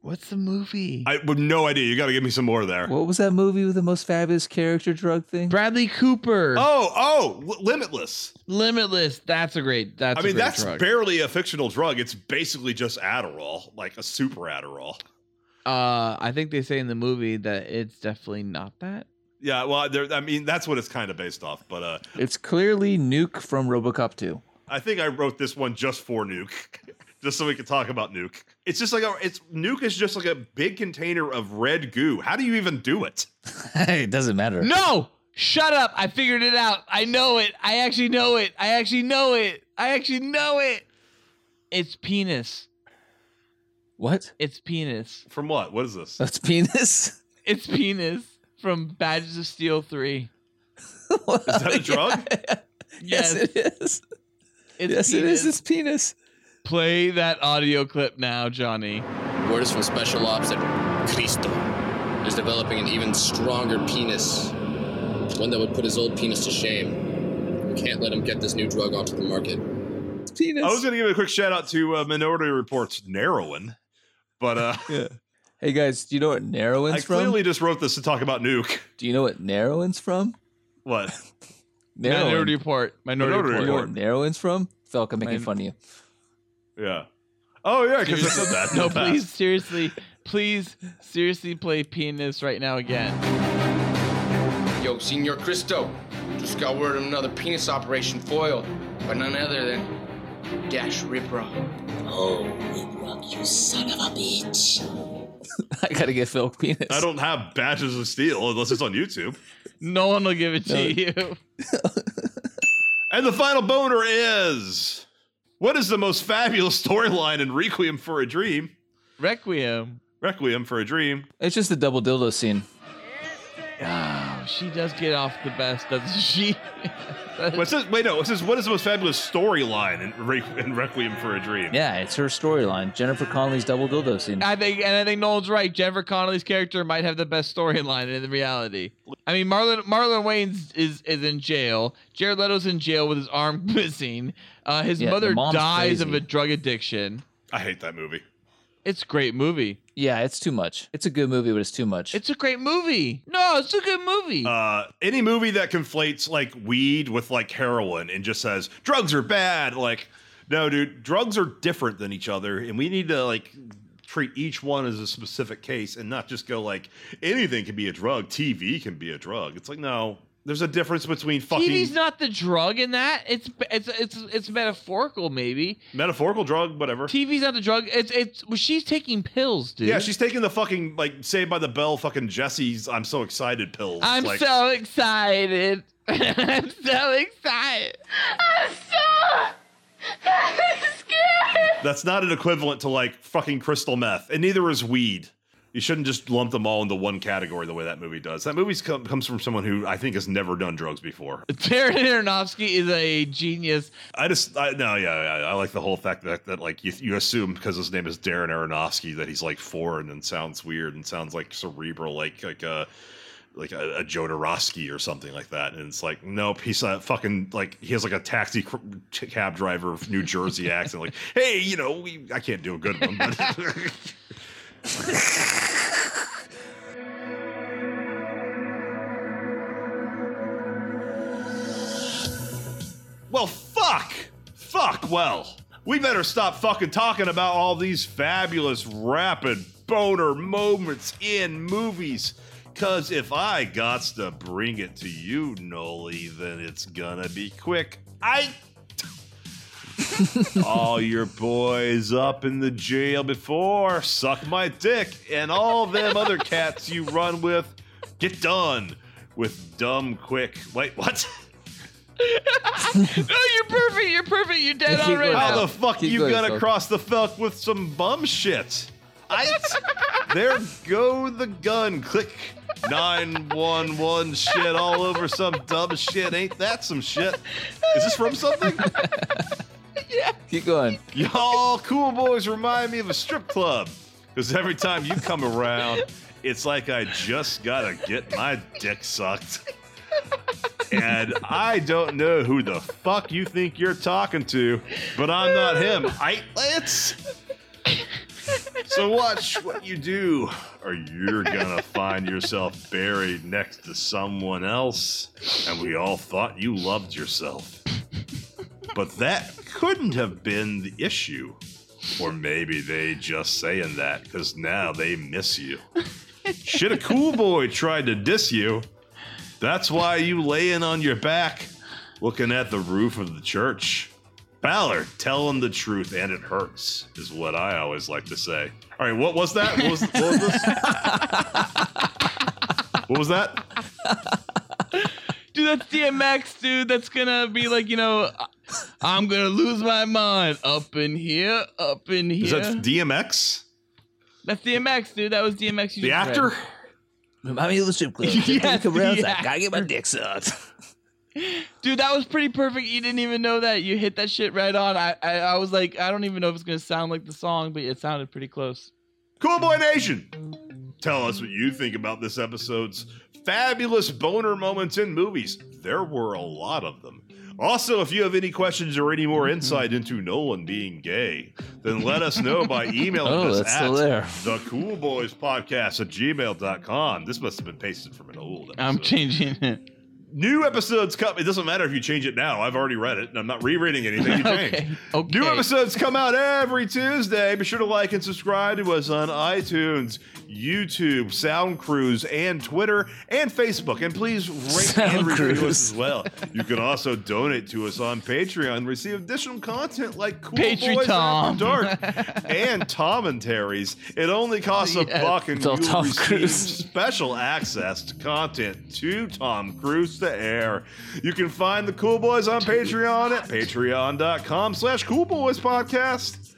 What's the movie? I have no idea. You got to give me some more there. What was that movie with the most fabulous character drug thing? Bradley Cooper. Oh, oh, Li- Limitless. Limitless. That's a great. That's I a mean, great that's drug. barely a fictional drug. It's basically just Adderall, like a super Adderall. uh, I think they say in the movie that it's definitely not that. Yeah, well, there, I mean, that's what it's kind of based off. But uh, It's clearly Nuke from RoboCop 2. I think I wrote this one just for Nuke. just so we could talk about Nuke. It's just like a, it's Nuke is just like a big container of red goo. How do you even do it? it doesn't matter. No, shut up. I figured it out. I know it. I actually know it. I actually know it. I actually know it. It's penis. What? It's penis. From what? What is this? That's penis. It's penis from Badges of Steel 3. Is that a drug? Yes. Yes, it is. It's yes, penis. it is. It's penis. Play that audio clip now, Johnny. Word is from Special Ops that Cristo is developing an even stronger penis, one that would put his old penis to shame. We can't let him get this new drug onto the market. penis. I was going to give a quick shout out to uh, Minority Report's Narrowin, but uh, Hey guys, do you know what narrowing's I from? clearly just wrote this to talk about Nuke. Do you know what narrowing's from? What? Narrowing. Minority Report. Minority, Minority Report. You know what narrowing's from? Falcon I'm making Min- fun of you. Yeah. Oh yeah, because I said that. No, please, seriously, please, seriously play penis right now again. Yo, Senor Cristo, just got word of another penis operation foiled by none other than Dash Ripra. Oh, Rock, you son of a bitch. I gotta get Phil penis. I don't have badges of steel unless it's on YouTube. No one will give it to No. you. And the final boner is what is the most fabulous storyline in Requiem for a Dream? Requiem. Requiem for a Dream. It's just the double dildo scene. Oh, she does get off the best, doesn't she? What's this? Wait, no. It says what is the most fabulous storyline in, Re- in Requiem for a Dream? Yeah, it's her storyline. Jennifer Connelly's double dildo scene. I think, and I think Noel's right. Jennifer Connelly's character might have the best storyline in the reality. I mean, Marlon Marlon Wayne's is is in jail. Jared Leto's in jail with his arm missing. Uh, his Yeah, the mother mom's dies of crazy. a drug addiction. I hate that movie. It's a great movie. Yeah, it's too much. It's a good movie, but it's too much. It's a great movie. No, it's a good movie. Uh, any movie that conflates like weed with like heroin and just says drugs are bad, like no, dude, drugs are different than each other, and we need to like treat each one as a specific case and not just go like anything can be a drug, TV can be a drug. It's like no, there's a difference between fucking TV's not the drug in that. It's it's it's it's metaphorical maybe. metaphorical drug, whatever. TV's not the drug. It's it's well, she's taking pills, dude. Yeah, she's taking the fucking like Saved by the Bell fucking Jesse's I'm so excited pills. I'm like, so excited. I'm so excited. I'm so scared. That's not an equivalent to like fucking crystal meth, and neither is weed. You shouldn't just lump them all into one category the way that movie does. That movie com- comes from someone who I think has never done drugs before. Darren Aronofsky is a genius. I just, I, no, yeah, yeah, I like the whole fact that, that like you, you assume because his name is Darren Aronofsky that he's like foreign and sounds weird and sounds like cerebral, like like a like a, a Jodorowsky or something like that. And it's like, nope, he's a fucking like he has like a taxi cr- cab driver of New Jersey accent. Like, hey, you know, we, I can't do a good one, but. Well, fuck! Fuck, well. We better stop fucking talking about all these fabulous rapid boner moments in movies. Cause if I gots to bring it to you, Noli, then it's gonna be quick. I. all your boys up in the jail before, suck my dick, and all them other cats you run with, get done with dumb quick. Wait, what? no, you're perfect. You're perfect. You're dead Keep on right going. now. How the fuck Keep you going, gonna Phil. cross the fuck with some bum shit? I, there go the gun. Click nine one one shit all over some dumb shit. Ain't that some shit? Is this from something? Keep going. Y'all cool boys remind me of a strip club. Because every time you come around, it's like I just gotta get my dick sucked. And I don't know who the fuck you think you're talking to, but I'm not him. I it's so watch what you do, or you're gonna find yourself buried next to someone else. And we all thought you loved yourself. But that couldn't have been the issue. Or maybe they just saying that because now they miss you. Should a cool boy tried to diss you. That's why you laying on your back looking at the roof of the church. Ballard, tell him the truth and it hurts, is what I always like to say. All right, what was that? What was, what was this? what was that? dude, that's DMX, dude. That's gonna be like, you know, I- I'm gonna lose my mind up in here, up in here. Is that DMX? that's DMX, dude. That was DMX. You The just read. actor? Remind me of the strip club. Yes, Come around, the I gotta get my dick sucked. Dude, that was pretty perfect. You didn't even know that. You hit that shit right on. I, I, I was like, I don't even know if it's gonna sound like the song, but it sounded pretty close. Cool Boy Nation, tell us what you think about this episode's fabulous boner moments in movies. There were a lot of them. Also, if you have any questions or any more insight into Nolan being gay, then let us know by emailing Oh, us that's at still there. the Cool Boys Podcast at gmail.com. This must have been pasted from an old episode. I'm changing it. New episodes come. It doesn't matter if you change it now. I've already read it, and I'm not rereading anything you Okay, changed. okay. New episodes come out every Tuesday. Be sure to like and subscribe to us on iTunes, YouTube, Sound Cruise, and Twitter and Facebook. And please rate and review us as well. You can also donate to us on Patreon and receive additional content like Cool Patreon. Boys After Dark and commentaries. It only costs a Yes. buck, and It's all you'll Tom receive Cruise. special access to content to Tom Cruise to air. You can find the Cool Boys on Patreon at patreon.com slash Cool Boys Podcast.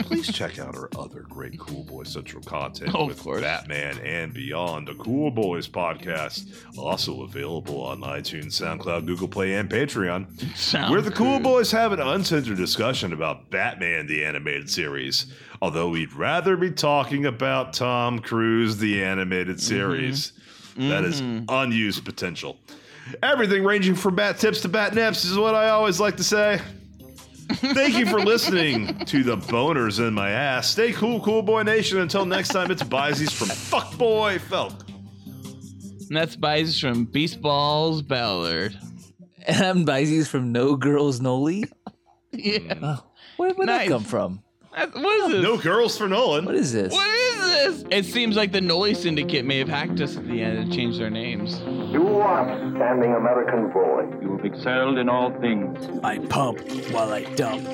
Please check out our other great Cool Boy Central content Oh, of with course. Batman and Beyond, the Cool Boys podcast, also available on iTunes, SoundCloud, Google Play, and Patreon Sound where the cool good. boys have an uncensored discussion about Batman the animated series. Although we'd rather be talking about Tom Cruise the animated series. That is unused potential. Everything ranging from bat tips to bat nips is what I always like to say. Thank you for listening to the boners in my ass. Stay cool, cool boy nation. Until next time, it's Bizees from Fuckboy Felk. And that's Bice from Beast Balls Ballard. And I'm Bizees from No Girls Noli. Yeah. Where would Nice. that come from? That's- What is this? No girls for Nolan. What is this? What is this? It seems like the Noli Syndicate may have hacked us at the end and changed their names. You are a standing American boy. You've excelled in all things. I pump while I dump.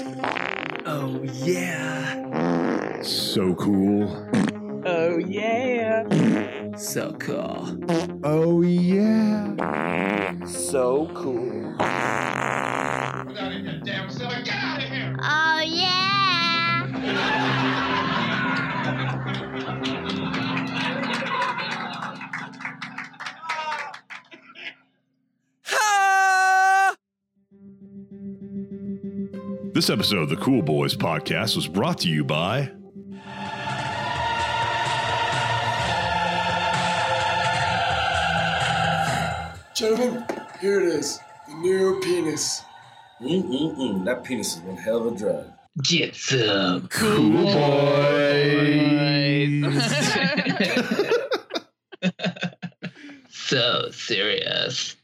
Oh, yeah. So cool. Oh, yeah. So cool. Oh, yeah. So cool. Oh, yeah. This episode of the Cool Boys podcast was brought to you by Gentlemen, here it is. The new penis. Mm-mm-mm. That penis is one hell of a drug. Get some cool so serious.